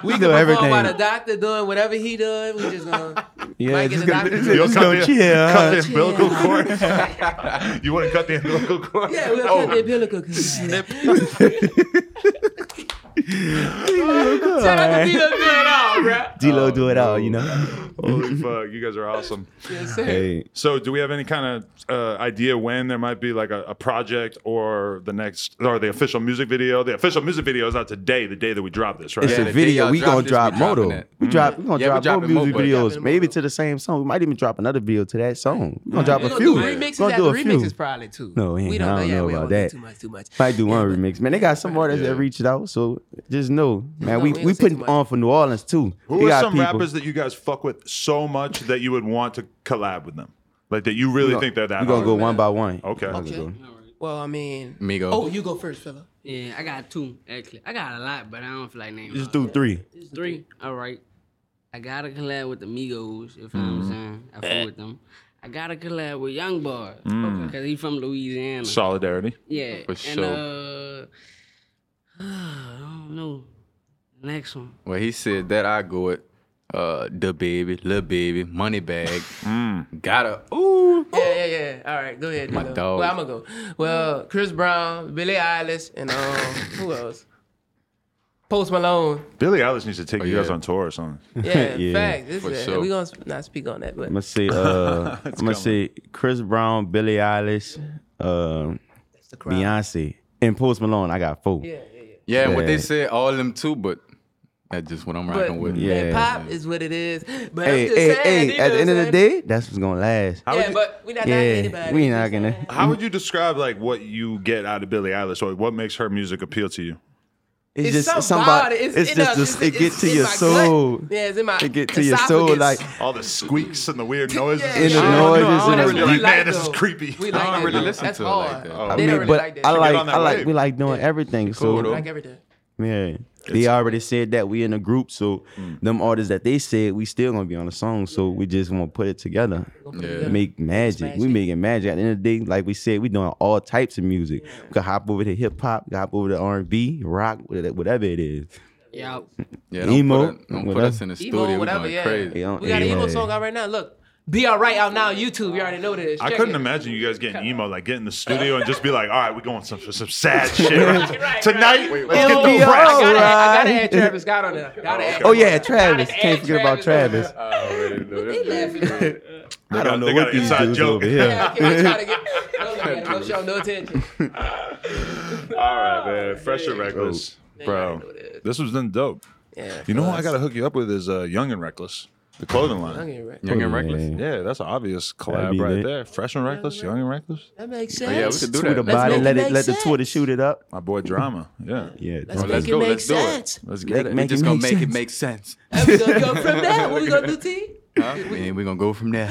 Speaker 3: know
Speaker 2: We
Speaker 3: we could
Speaker 2: do
Speaker 3: perform
Speaker 2: everything.
Speaker 3: by the doctor doing whatever he does. We just gonna.
Speaker 2: Yeah,
Speaker 3: Mike
Speaker 2: just
Speaker 3: and the
Speaker 2: gonna,
Speaker 3: doctor.
Speaker 2: just,
Speaker 1: You'll
Speaker 2: just
Speaker 1: cut
Speaker 2: gonna
Speaker 1: the,
Speaker 2: chill.
Speaker 1: cut the umbilical cord. you want to cut the umbilical cord?
Speaker 3: Yeah, we'll
Speaker 1: Oh,
Speaker 3: cut the umbilical cord. Snip. Shout out
Speaker 2: Alright.
Speaker 3: to D-Lo doing it all, bro.
Speaker 2: D-Lo do it all, you know?
Speaker 1: Holy fuck, you guys are awesome.
Speaker 3: Yes, sir.
Speaker 2: Hey.
Speaker 1: So, do we have any kind of uh, idea when there might be like a, a project or the next or the official music video? The official music video is out today, the day that we drop this, right?
Speaker 2: It's
Speaker 4: Yeah,
Speaker 2: a
Speaker 4: the
Speaker 2: video.
Speaker 4: video
Speaker 2: We
Speaker 4: drop
Speaker 2: gonna
Speaker 4: this,
Speaker 2: drop
Speaker 4: we
Speaker 2: more
Speaker 4: dropping
Speaker 2: though.
Speaker 4: it. Mm-hmm.
Speaker 2: We drop. We gonna
Speaker 4: Yeah, we
Speaker 2: drop more
Speaker 4: dropping more,
Speaker 2: music
Speaker 4: but-
Speaker 2: videos.
Speaker 3: Dropping
Speaker 2: Maybe
Speaker 3: more.
Speaker 2: to the same song. We might even drop another video to that song. We gonna drop
Speaker 3: We're
Speaker 2: a
Speaker 3: gonna do
Speaker 2: few.
Speaker 3: remixes
Speaker 2: gonna
Speaker 3: after
Speaker 2: do a
Speaker 3: remixes
Speaker 2: few.
Speaker 3: probably too.
Speaker 2: No, we ain't- I don't know
Speaker 3: we
Speaker 2: about
Speaker 3: do
Speaker 2: that.
Speaker 3: Too much, too much.
Speaker 2: Might do one remix, man. They got some artists that reached out, so just know, man.
Speaker 3: No,
Speaker 2: we
Speaker 3: we ain't
Speaker 2: we
Speaker 3: gonna say
Speaker 2: putting
Speaker 3: too much.
Speaker 2: on for New Orleans too.
Speaker 1: Who
Speaker 2: we
Speaker 1: are
Speaker 2: got
Speaker 1: some
Speaker 2: people.
Speaker 1: rappers that you guys fuck with so much that you would want to collab with them? Like that you really think they're that
Speaker 2: We gonna
Speaker 1: hard?
Speaker 2: go one by one.
Speaker 1: Okay.
Speaker 2: We're gonna
Speaker 3: Okay.
Speaker 2: go.
Speaker 5: All right.
Speaker 3: Well, I mean,
Speaker 2: Mm.
Speaker 4: Migo.
Speaker 3: Oh, you go first, fella.
Speaker 5: Yeah, I got two actually. I got a lot, but I don't feel like naming.
Speaker 2: Just
Speaker 5: all
Speaker 2: do three.
Speaker 5: of them. three. All right. I gotta collab with the Migos. If you know what I'm saying, I fuck with them. I gotta collab with Young Boy because he from Louisiana.
Speaker 1: Solidarity.
Speaker 5: yeah,
Speaker 4: For
Speaker 5: and uh, I don't know. Next one.
Speaker 4: Well, he said that I go with uh the baby, little baby, money bag.
Speaker 2: Mm.
Speaker 4: Gotta
Speaker 2: Oh.
Speaker 4: ooh.
Speaker 3: Yeah, yeah, yeah. All right, go ahead.
Speaker 4: My
Speaker 3: Dilo.
Speaker 4: dog.
Speaker 3: Well, I'm gonna go. Well, Chris Brown, Billie Eilish, and um, who else? Post Malone.
Speaker 1: Billy Eilish needs to
Speaker 2: Oh,
Speaker 1: take you guys
Speaker 4: yeah.
Speaker 1: on tour or something.
Speaker 3: Yeah,
Speaker 2: Yeah.
Speaker 3: in fact, this
Speaker 4: For
Speaker 3: is
Speaker 4: sure.
Speaker 3: we gonna sp- not speak on that, but
Speaker 2: I'm gonna say uh, I'm gonna
Speaker 1: coming.
Speaker 2: say Chris Brown, Billie Eilish, um,
Speaker 3: the crowd.
Speaker 2: Beyonce, and Post Malone. I got four.
Speaker 3: Yeah, yeah, yeah.
Speaker 4: Yeah, and what
Speaker 2: Yeah.
Speaker 4: they said, all them too, but that's just what I'm
Speaker 3: But
Speaker 4: rocking with.
Speaker 2: Yeah.
Speaker 3: man, pop is what it is. But
Speaker 2: Hey,
Speaker 3: I'm just
Speaker 2: hey,
Speaker 3: saying, you
Speaker 2: hey!
Speaker 3: know
Speaker 2: At the end of the
Speaker 3: what I'm
Speaker 2: day,
Speaker 3: saying?
Speaker 2: that's what's gonna last.
Speaker 1: How would
Speaker 3: yeah,
Speaker 1: you-
Speaker 3: but we not knocking
Speaker 2: yeah,
Speaker 3: anybody.
Speaker 2: we not gonna.
Speaker 1: How would you describe like what you get out of Billie Eilish or what makes her music appeal to you?
Speaker 2: It's,
Speaker 3: It's,
Speaker 2: just
Speaker 3: just
Speaker 2: something
Speaker 3: about
Speaker 2: about
Speaker 3: it. It's,
Speaker 2: It's,
Speaker 3: it
Speaker 2: just
Speaker 3: does.
Speaker 2: this-
Speaker 3: It's-
Speaker 2: it gets
Speaker 3: it's
Speaker 2: to
Speaker 3: in
Speaker 2: your
Speaker 3: my gut.
Speaker 2: soul.
Speaker 3: Yeah, it's in my.
Speaker 2: It get to your soul
Speaker 3: esophagus.
Speaker 2: like
Speaker 1: All the squeaks and the weird noises.
Speaker 3: Yeah,
Speaker 1: and
Speaker 2: in
Speaker 1: shit.
Speaker 2: the
Speaker 1: I don't know.
Speaker 2: noises
Speaker 1: I don't
Speaker 2: and the-
Speaker 1: really like,
Speaker 3: We like
Speaker 1: man, this is
Speaker 3: those.
Speaker 1: creepy.
Speaker 3: We
Speaker 1: I
Speaker 3: like
Speaker 1: don't
Speaker 3: that.
Speaker 1: really
Speaker 3: though.
Speaker 4: listen
Speaker 3: That's
Speaker 4: to it
Speaker 3: hard.
Speaker 4: like that.
Speaker 1: I
Speaker 2: I
Speaker 3: They
Speaker 2: mean,
Speaker 3: don't really
Speaker 2: but
Speaker 3: like that.
Speaker 2: I
Speaker 1: Get
Speaker 2: like
Speaker 1: on that
Speaker 2: I like
Speaker 1: wave.
Speaker 2: we like doing everything. So
Speaker 4: cool, though.
Speaker 3: like everything.
Speaker 2: Yeah. They already said that we in a group, so
Speaker 3: Mm.
Speaker 2: them artists that they said we still gonna be on the song, so we just wanna put it together.
Speaker 4: Yeah.
Speaker 2: Make magic. We
Speaker 3: magic.
Speaker 2: making magic. At the end of the day, like we said, we doing all types of music. We could hop over to hip hop, we could hop over to R and B, rock, wha- whatever it is.
Speaker 5: Yeah.
Speaker 4: Yeah, don't
Speaker 2: Emo,
Speaker 4: put, it- don't put
Speaker 2: whatever.
Speaker 4: us in the studio.
Speaker 3: Emo,
Speaker 4: We're
Speaker 3: whatever.
Speaker 4: going
Speaker 3: Yeah.
Speaker 4: crazy.
Speaker 2: You know?
Speaker 3: We got an emo
Speaker 2: Yeah.
Speaker 3: song out right now. Look, be all right out now on YouTube. You already know this.
Speaker 1: I
Speaker 3: Check
Speaker 1: couldn't
Speaker 3: it.
Speaker 1: imagine you guys getting emo, like get in the studio and just be like, all right, we're going some some sad shit right, tonight. let's
Speaker 2: It'll
Speaker 1: get
Speaker 2: be
Speaker 1: the
Speaker 2: all
Speaker 1: press.
Speaker 3: I gotta, I
Speaker 2: Alright.
Speaker 3: gotta add Travis Scott on there. Gotta add
Speaker 2: Oh yeah, Travis.
Speaker 3: Gotta
Speaker 2: Can't
Speaker 3: add
Speaker 2: forget about Travis.
Speaker 3: Travis.
Speaker 2: I
Speaker 1: got-
Speaker 2: don't know
Speaker 1: they
Speaker 2: what
Speaker 1: got
Speaker 2: these
Speaker 1: inside
Speaker 2: dudes
Speaker 1: joke.
Speaker 2: over here.
Speaker 3: Yeah, I can't try to get. Don't look at him. Don't show no attention.
Speaker 1: All right, man. Fresh and reckless, bro. This was done dope.
Speaker 3: Yeah,
Speaker 1: You know what I gotta hook you up with is uh, Young and Reckless, the clothing line.
Speaker 3: Okay, right.
Speaker 4: Young and reckless.
Speaker 2: Yeah.
Speaker 1: Yeah, that's an obvious
Speaker 2: That'd
Speaker 1: collab
Speaker 2: be
Speaker 1: right
Speaker 2: lit.
Speaker 1: there. Fresh and reckless, Young and reckless.
Speaker 3: That makes
Speaker 4: Oh,
Speaker 3: sense.
Speaker 4: yeah, we could do
Speaker 2: Tweet
Speaker 4: that.
Speaker 2: about it,
Speaker 3: make
Speaker 2: let
Speaker 3: it
Speaker 2: it
Speaker 3: make
Speaker 2: let the
Speaker 3: sense.
Speaker 2: Twitter shoot it up.
Speaker 1: My boy Drama. Yeah,
Speaker 2: Yeah,
Speaker 3: Let's
Speaker 4: Well,
Speaker 3: make
Speaker 4: let's
Speaker 3: it
Speaker 4: go,
Speaker 3: make
Speaker 4: let's do it.
Speaker 3: sense.
Speaker 1: let's
Speaker 2: Make-
Speaker 1: get it.
Speaker 4: We're
Speaker 2: make
Speaker 4: just
Speaker 2: it
Speaker 4: gonna
Speaker 2: make
Speaker 4: make it
Speaker 2: sense.
Speaker 4: make sense.
Speaker 3: And we gonna go from there. What we gonna do, T?
Speaker 4: Huh? and we're gonna go from there.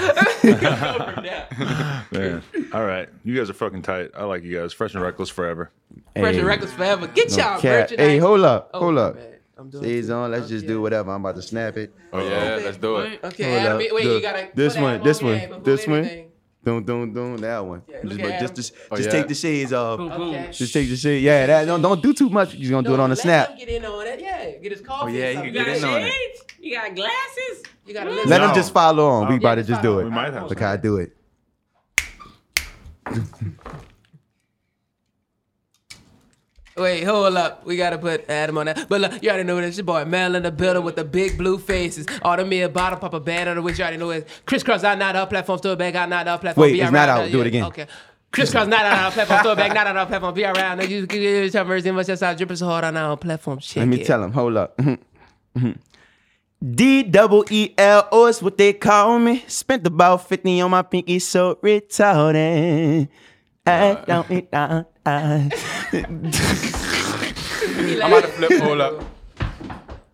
Speaker 1: Man. All right, you guys are fucking tight. I like you guys. Fresh and reckless forever.
Speaker 3: Fresh
Speaker 2: Hey,
Speaker 3: and records forever. Get y'all
Speaker 2: cat-
Speaker 3: merchandise.
Speaker 2: Hey, hold up,
Speaker 3: Oh,
Speaker 2: hold
Speaker 3: my
Speaker 2: up.
Speaker 3: bad. I'm doing
Speaker 2: Stays
Speaker 3: too-
Speaker 2: on. Let's just do whatever. I'm about to snap it.
Speaker 4: yeah, let's do it.
Speaker 3: Okay,
Speaker 2: Hold
Speaker 3: Adam,
Speaker 2: up.
Speaker 3: wait, wait,
Speaker 2: Look,
Speaker 3: you gotta.
Speaker 2: this
Speaker 3: put
Speaker 2: one,
Speaker 3: Adam
Speaker 2: this
Speaker 3: on
Speaker 2: one,
Speaker 3: there before
Speaker 2: this one.
Speaker 3: anything.
Speaker 2: Don't don't don't that one. just
Speaker 3: look at
Speaker 2: but just
Speaker 3: him.
Speaker 2: just,
Speaker 4: Oh,
Speaker 2: just
Speaker 4: yeah.
Speaker 2: take the shades off.
Speaker 3: Okay.
Speaker 2: Just take the shades. Yeah, that don't don't do too much. You're gonna do it
Speaker 3: No,
Speaker 2: on a
Speaker 3: let
Speaker 2: snap.
Speaker 3: him Get in on it. Yeah, get his coffee.
Speaker 4: Oh, yeah,
Speaker 3: or
Speaker 4: he
Speaker 3: something.
Speaker 4: could get in on it.
Speaker 5: You got glasses?
Speaker 3: You gotta listen.
Speaker 2: Let
Speaker 1: No.
Speaker 2: them just follow on. We
Speaker 1: Oh.
Speaker 2: about to just do it.
Speaker 1: We might have
Speaker 2: Look how I do it.
Speaker 3: Wait, hold up. We gotta put Adam on that. But look, you already know this. Your boy Mel in the building with the big blue faces. Automir bottle pop a band under which you already know it. Crisscross out, not out platform. Store bag out, not out platform.
Speaker 2: Wait,
Speaker 3: be
Speaker 2: it's not
Speaker 3: around,
Speaker 2: out. Do it again.
Speaker 3: Okay. Crisscross not out on our platform. Store bag not out on our platform. Be around. You you- you- you- have mercy. Much as I drip so hard on our platform. Shit.
Speaker 2: Let me tell them. Hold up. Mm-hmm. D double E L O is what they call me. Spent about 50 on my pinky, so retarded. I don't eat out. I-
Speaker 4: I'm about to flip hold up.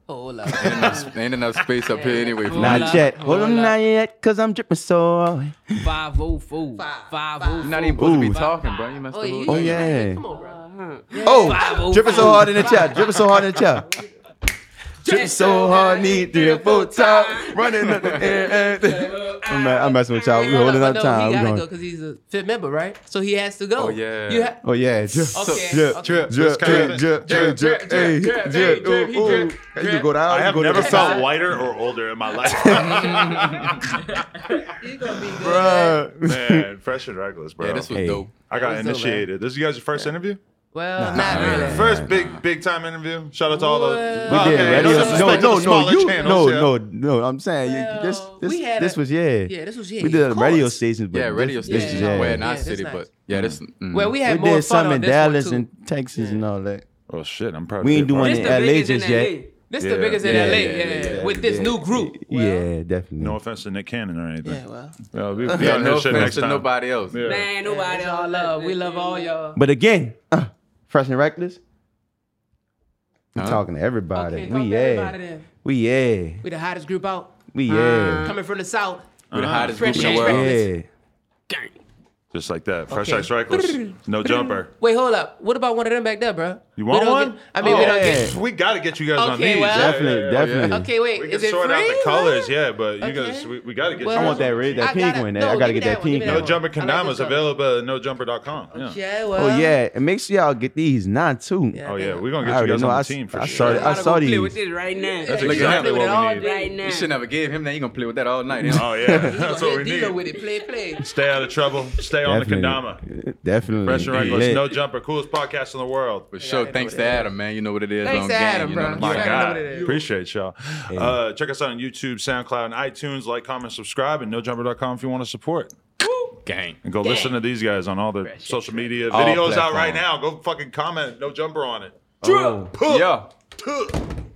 Speaker 3: Hold up.
Speaker 4: Ain't enough, ain't enough space up here anyway. For
Speaker 5: Nah,
Speaker 4: me.
Speaker 2: Not
Speaker 5: up,
Speaker 2: yet. Hold
Speaker 5: hold
Speaker 2: on,
Speaker 5: up.
Speaker 2: not yet, cause I'm dripping so. hard.
Speaker 5: 504. 504.
Speaker 4: You're not even supposed to
Speaker 2: Ooh.
Speaker 4: be talking, bro. You messed up.
Speaker 2: Oh
Speaker 3: Oh,
Speaker 2: yeah.
Speaker 3: Come on, bro.
Speaker 2: Oh, dripping so hard in the chair. Dripping so hard in the chair. Dripping so hard, need three or four times. Running up the air. eh. I'm, mess- I'm messing with y'all. We holding up
Speaker 3: But no,
Speaker 2: time.
Speaker 3: He
Speaker 2: We
Speaker 3: gotta go
Speaker 2: going.
Speaker 3: because he's a fit member, right? So he has to go.
Speaker 4: Oh, yeah.
Speaker 3: You ha-
Speaker 2: Oh yeah. Drip,
Speaker 3: Okay,
Speaker 2: drip,
Speaker 3: okay.
Speaker 2: drip, drip,
Speaker 1: kinda-
Speaker 2: drip, drip, drip, drip, hey,
Speaker 3: drip,
Speaker 2: drip.
Speaker 3: drip,
Speaker 2: Ooh,
Speaker 3: he
Speaker 2: ooh.
Speaker 3: drip,
Speaker 2: Hey, You go down.
Speaker 1: I
Speaker 2: you
Speaker 1: have
Speaker 2: go
Speaker 1: never
Speaker 2: down.
Speaker 1: felt whiter or older in my life.
Speaker 3: you gonna be good. right?
Speaker 2: Bruh.
Speaker 1: Man, fresh and reckless, bro.
Speaker 4: Yeah, this was
Speaker 2: Hey.
Speaker 4: dope.
Speaker 1: I got
Speaker 3: That was dope, man.
Speaker 1: initiated. This is you guys' your first interview?
Speaker 3: Well, not
Speaker 4: man.
Speaker 3: really.
Speaker 1: First big big time interview. Shout out to all the
Speaker 3: Well-
Speaker 2: We
Speaker 1: Oh,
Speaker 2: did
Speaker 1: okay.
Speaker 2: radio.
Speaker 1: disrespect
Speaker 2: No,
Speaker 1: to the
Speaker 2: no, no,
Speaker 1: smaller
Speaker 2: you,
Speaker 1: channels, yeah.
Speaker 2: no, no, no. I'm saying you, this,
Speaker 3: Well,
Speaker 2: this,
Speaker 3: we had
Speaker 2: this
Speaker 3: a-
Speaker 2: was yeah.
Speaker 3: Yeah, this was yeah.
Speaker 2: we did
Speaker 3: of
Speaker 2: a radio
Speaker 3: course.
Speaker 2: stations, but
Speaker 4: Yeah, radio
Speaker 2: this,
Speaker 4: station.
Speaker 2: This,
Speaker 3: stations.
Speaker 2: is-
Speaker 4: Yeah,
Speaker 2: yeah.
Speaker 4: Well, in
Speaker 3: Yeah,
Speaker 4: our
Speaker 3: that's
Speaker 4: city,
Speaker 3: nice.
Speaker 4: but yeah, this. mm.
Speaker 3: Well, we had
Speaker 2: We
Speaker 3: more
Speaker 2: did
Speaker 3: fun
Speaker 2: some
Speaker 3: on
Speaker 2: in
Speaker 3: this one,
Speaker 2: Dallas
Speaker 3: too.
Speaker 2: and Texas and all that.
Speaker 1: Oh shit, I'm proud
Speaker 2: We
Speaker 1: to
Speaker 2: ain't
Speaker 1: be a part
Speaker 2: doing
Speaker 1: of
Speaker 2: it
Speaker 1: that.
Speaker 2: at LA just yet.
Speaker 3: This
Speaker 1: Yeah.
Speaker 3: the biggest
Speaker 4: Yeah,
Speaker 3: in LA,
Speaker 4: yeah,
Speaker 3: yeah,
Speaker 4: yeah, yeah.
Speaker 3: with this new group.
Speaker 2: yeah, definitely.
Speaker 1: No offense to Nick Cannon or anything.
Speaker 3: Yeah, well,
Speaker 1: Well, we
Speaker 4: yeah, no
Speaker 1: shit
Speaker 4: offense
Speaker 1: next
Speaker 4: to
Speaker 1: time.
Speaker 4: nobody else.
Speaker 1: Yeah.
Speaker 5: Man,
Speaker 3: nobody
Speaker 5: nobody
Speaker 3: all love. We love all y'all.
Speaker 2: But again, uh, fresh and reckless. I'm
Speaker 4: Huh?
Speaker 2: talking to everybody.
Speaker 3: Okay,
Speaker 2: we
Speaker 3: talk to everybody
Speaker 2: yeah,
Speaker 3: then.
Speaker 2: we yeah,
Speaker 3: We the hottest group out,
Speaker 2: we yeah,
Speaker 3: Ah. coming from the south.
Speaker 1: Uh-huh.
Speaker 4: We're the hottest
Speaker 3: Fresh
Speaker 4: group in
Speaker 3: and
Speaker 4: the world.
Speaker 3: reckless.
Speaker 2: yeah.
Speaker 1: Just like that. Fresh
Speaker 3: Okay.
Speaker 1: Ice Reckless. No jumper.
Speaker 3: Wait, hold up. What about one of them back there, bro?
Speaker 1: You want one? Oh,
Speaker 3: I mean, we
Speaker 2: Oh,
Speaker 3: don't get.
Speaker 1: we got to get you guys on
Speaker 3: Okay,
Speaker 1: these.
Speaker 3: well-
Speaker 1: Yeah, yeah,
Speaker 2: Definitely,
Speaker 1: yeah, yeah.
Speaker 2: definitely.
Speaker 3: Okay, wait.
Speaker 1: We
Speaker 3: is
Speaker 1: can
Speaker 3: it
Speaker 1: sort
Speaker 3: free?
Speaker 1: out the colors, yeah, but you
Speaker 3: Okay.
Speaker 1: guys, we, we got to get
Speaker 3: Well-
Speaker 1: you
Speaker 2: I want
Speaker 1: guys
Speaker 2: that
Speaker 1: on
Speaker 2: red,
Speaker 1: these.
Speaker 2: that
Speaker 3: I gotta-
Speaker 2: pink one.
Speaker 3: no,
Speaker 2: I
Speaker 3: give
Speaker 2: gotta
Speaker 3: me
Speaker 2: get
Speaker 3: that
Speaker 2: that
Speaker 3: one, give
Speaker 2: pink
Speaker 3: me
Speaker 2: one.
Speaker 1: No
Speaker 3: that
Speaker 1: jumper
Speaker 3: I like
Speaker 1: condoms
Speaker 3: this one.
Speaker 1: available at nojumper.com. Yeah.
Speaker 3: Yeah, well.
Speaker 2: Oh yeah, and make sure y'all get these nine too.
Speaker 3: Yeah.
Speaker 1: Oh, yeah. We're going to
Speaker 2: I
Speaker 1: get you
Speaker 2: already
Speaker 1: guys
Speaker 2: know.
Speaker 1: on
Speaker 2: I
Speaker 1: the
Speaker 2: s-
Speaker 1: team for
Speaker 2: I
Speaker 1: sure.
Speaker 2: started- I
Speaker 5: gotta
Speaker 2: saw
Speaker 5: go play
Speaker 2: these.
Speaker 5: with this right now.
Speaker 1: That's
Speaker 4: Look at
Speaker 1: exactly
Speaker 4: that.
Speaker 1: what we
Speaker 3: All
Speaker 1: need.
Speaker 3: day.
Speaker 5: Right now.
Speaker 4: You shouldn't have gave him that. You gonna play with that all night.
Speaker 1: Oh, yeah. That's what we
Speaker 3: Dealer with
Speaker 1: need.
Speaker 3: it. Play, play.
Speaker 1: Stay out of trouble. Stay on the
Speaker 2: Definitely.
Speaker 1: kendama.
Speaker 2: Definitely.
Speaker 1: Fresh and reckless.
Speaker 2: Lit.
Speaker 1: No jumper. Coolest podcast in the world.
Speaker 4: For sure. Thanks to Adam, man. You know what it is.
Speaker 3: Thanks
Speaker 4: on
Speaker 3: to
Speaker 4: game,
Speaker 3: Adam,
Speaker 4: you know what
Speaker 3: bro.
Speaker 4: I'm
Speaker 3: You
Speaker 1: My
Speaker 4: saying?
Speaker 3: already know
Speaker 1: God.
Speaker 3: what it is.
Speaker 1: Appreciate y'all. Uh, check us out on YouTube, SoundCloud, and iTunes. Like, comment, subscribe, and nojumper.com if you want to support.
Speaker 4: Gang.
Speaker 1: And go listen to these guys on all their social media
Speaker 4: All
Speaker 1: videos out right
Speaker 4: platforms.
Speaker 1: now. Go fucking comment. No jumper on it.
Speaker 2: Oh.
Speaker 4: Yeah.
Speaker 6: Tuh.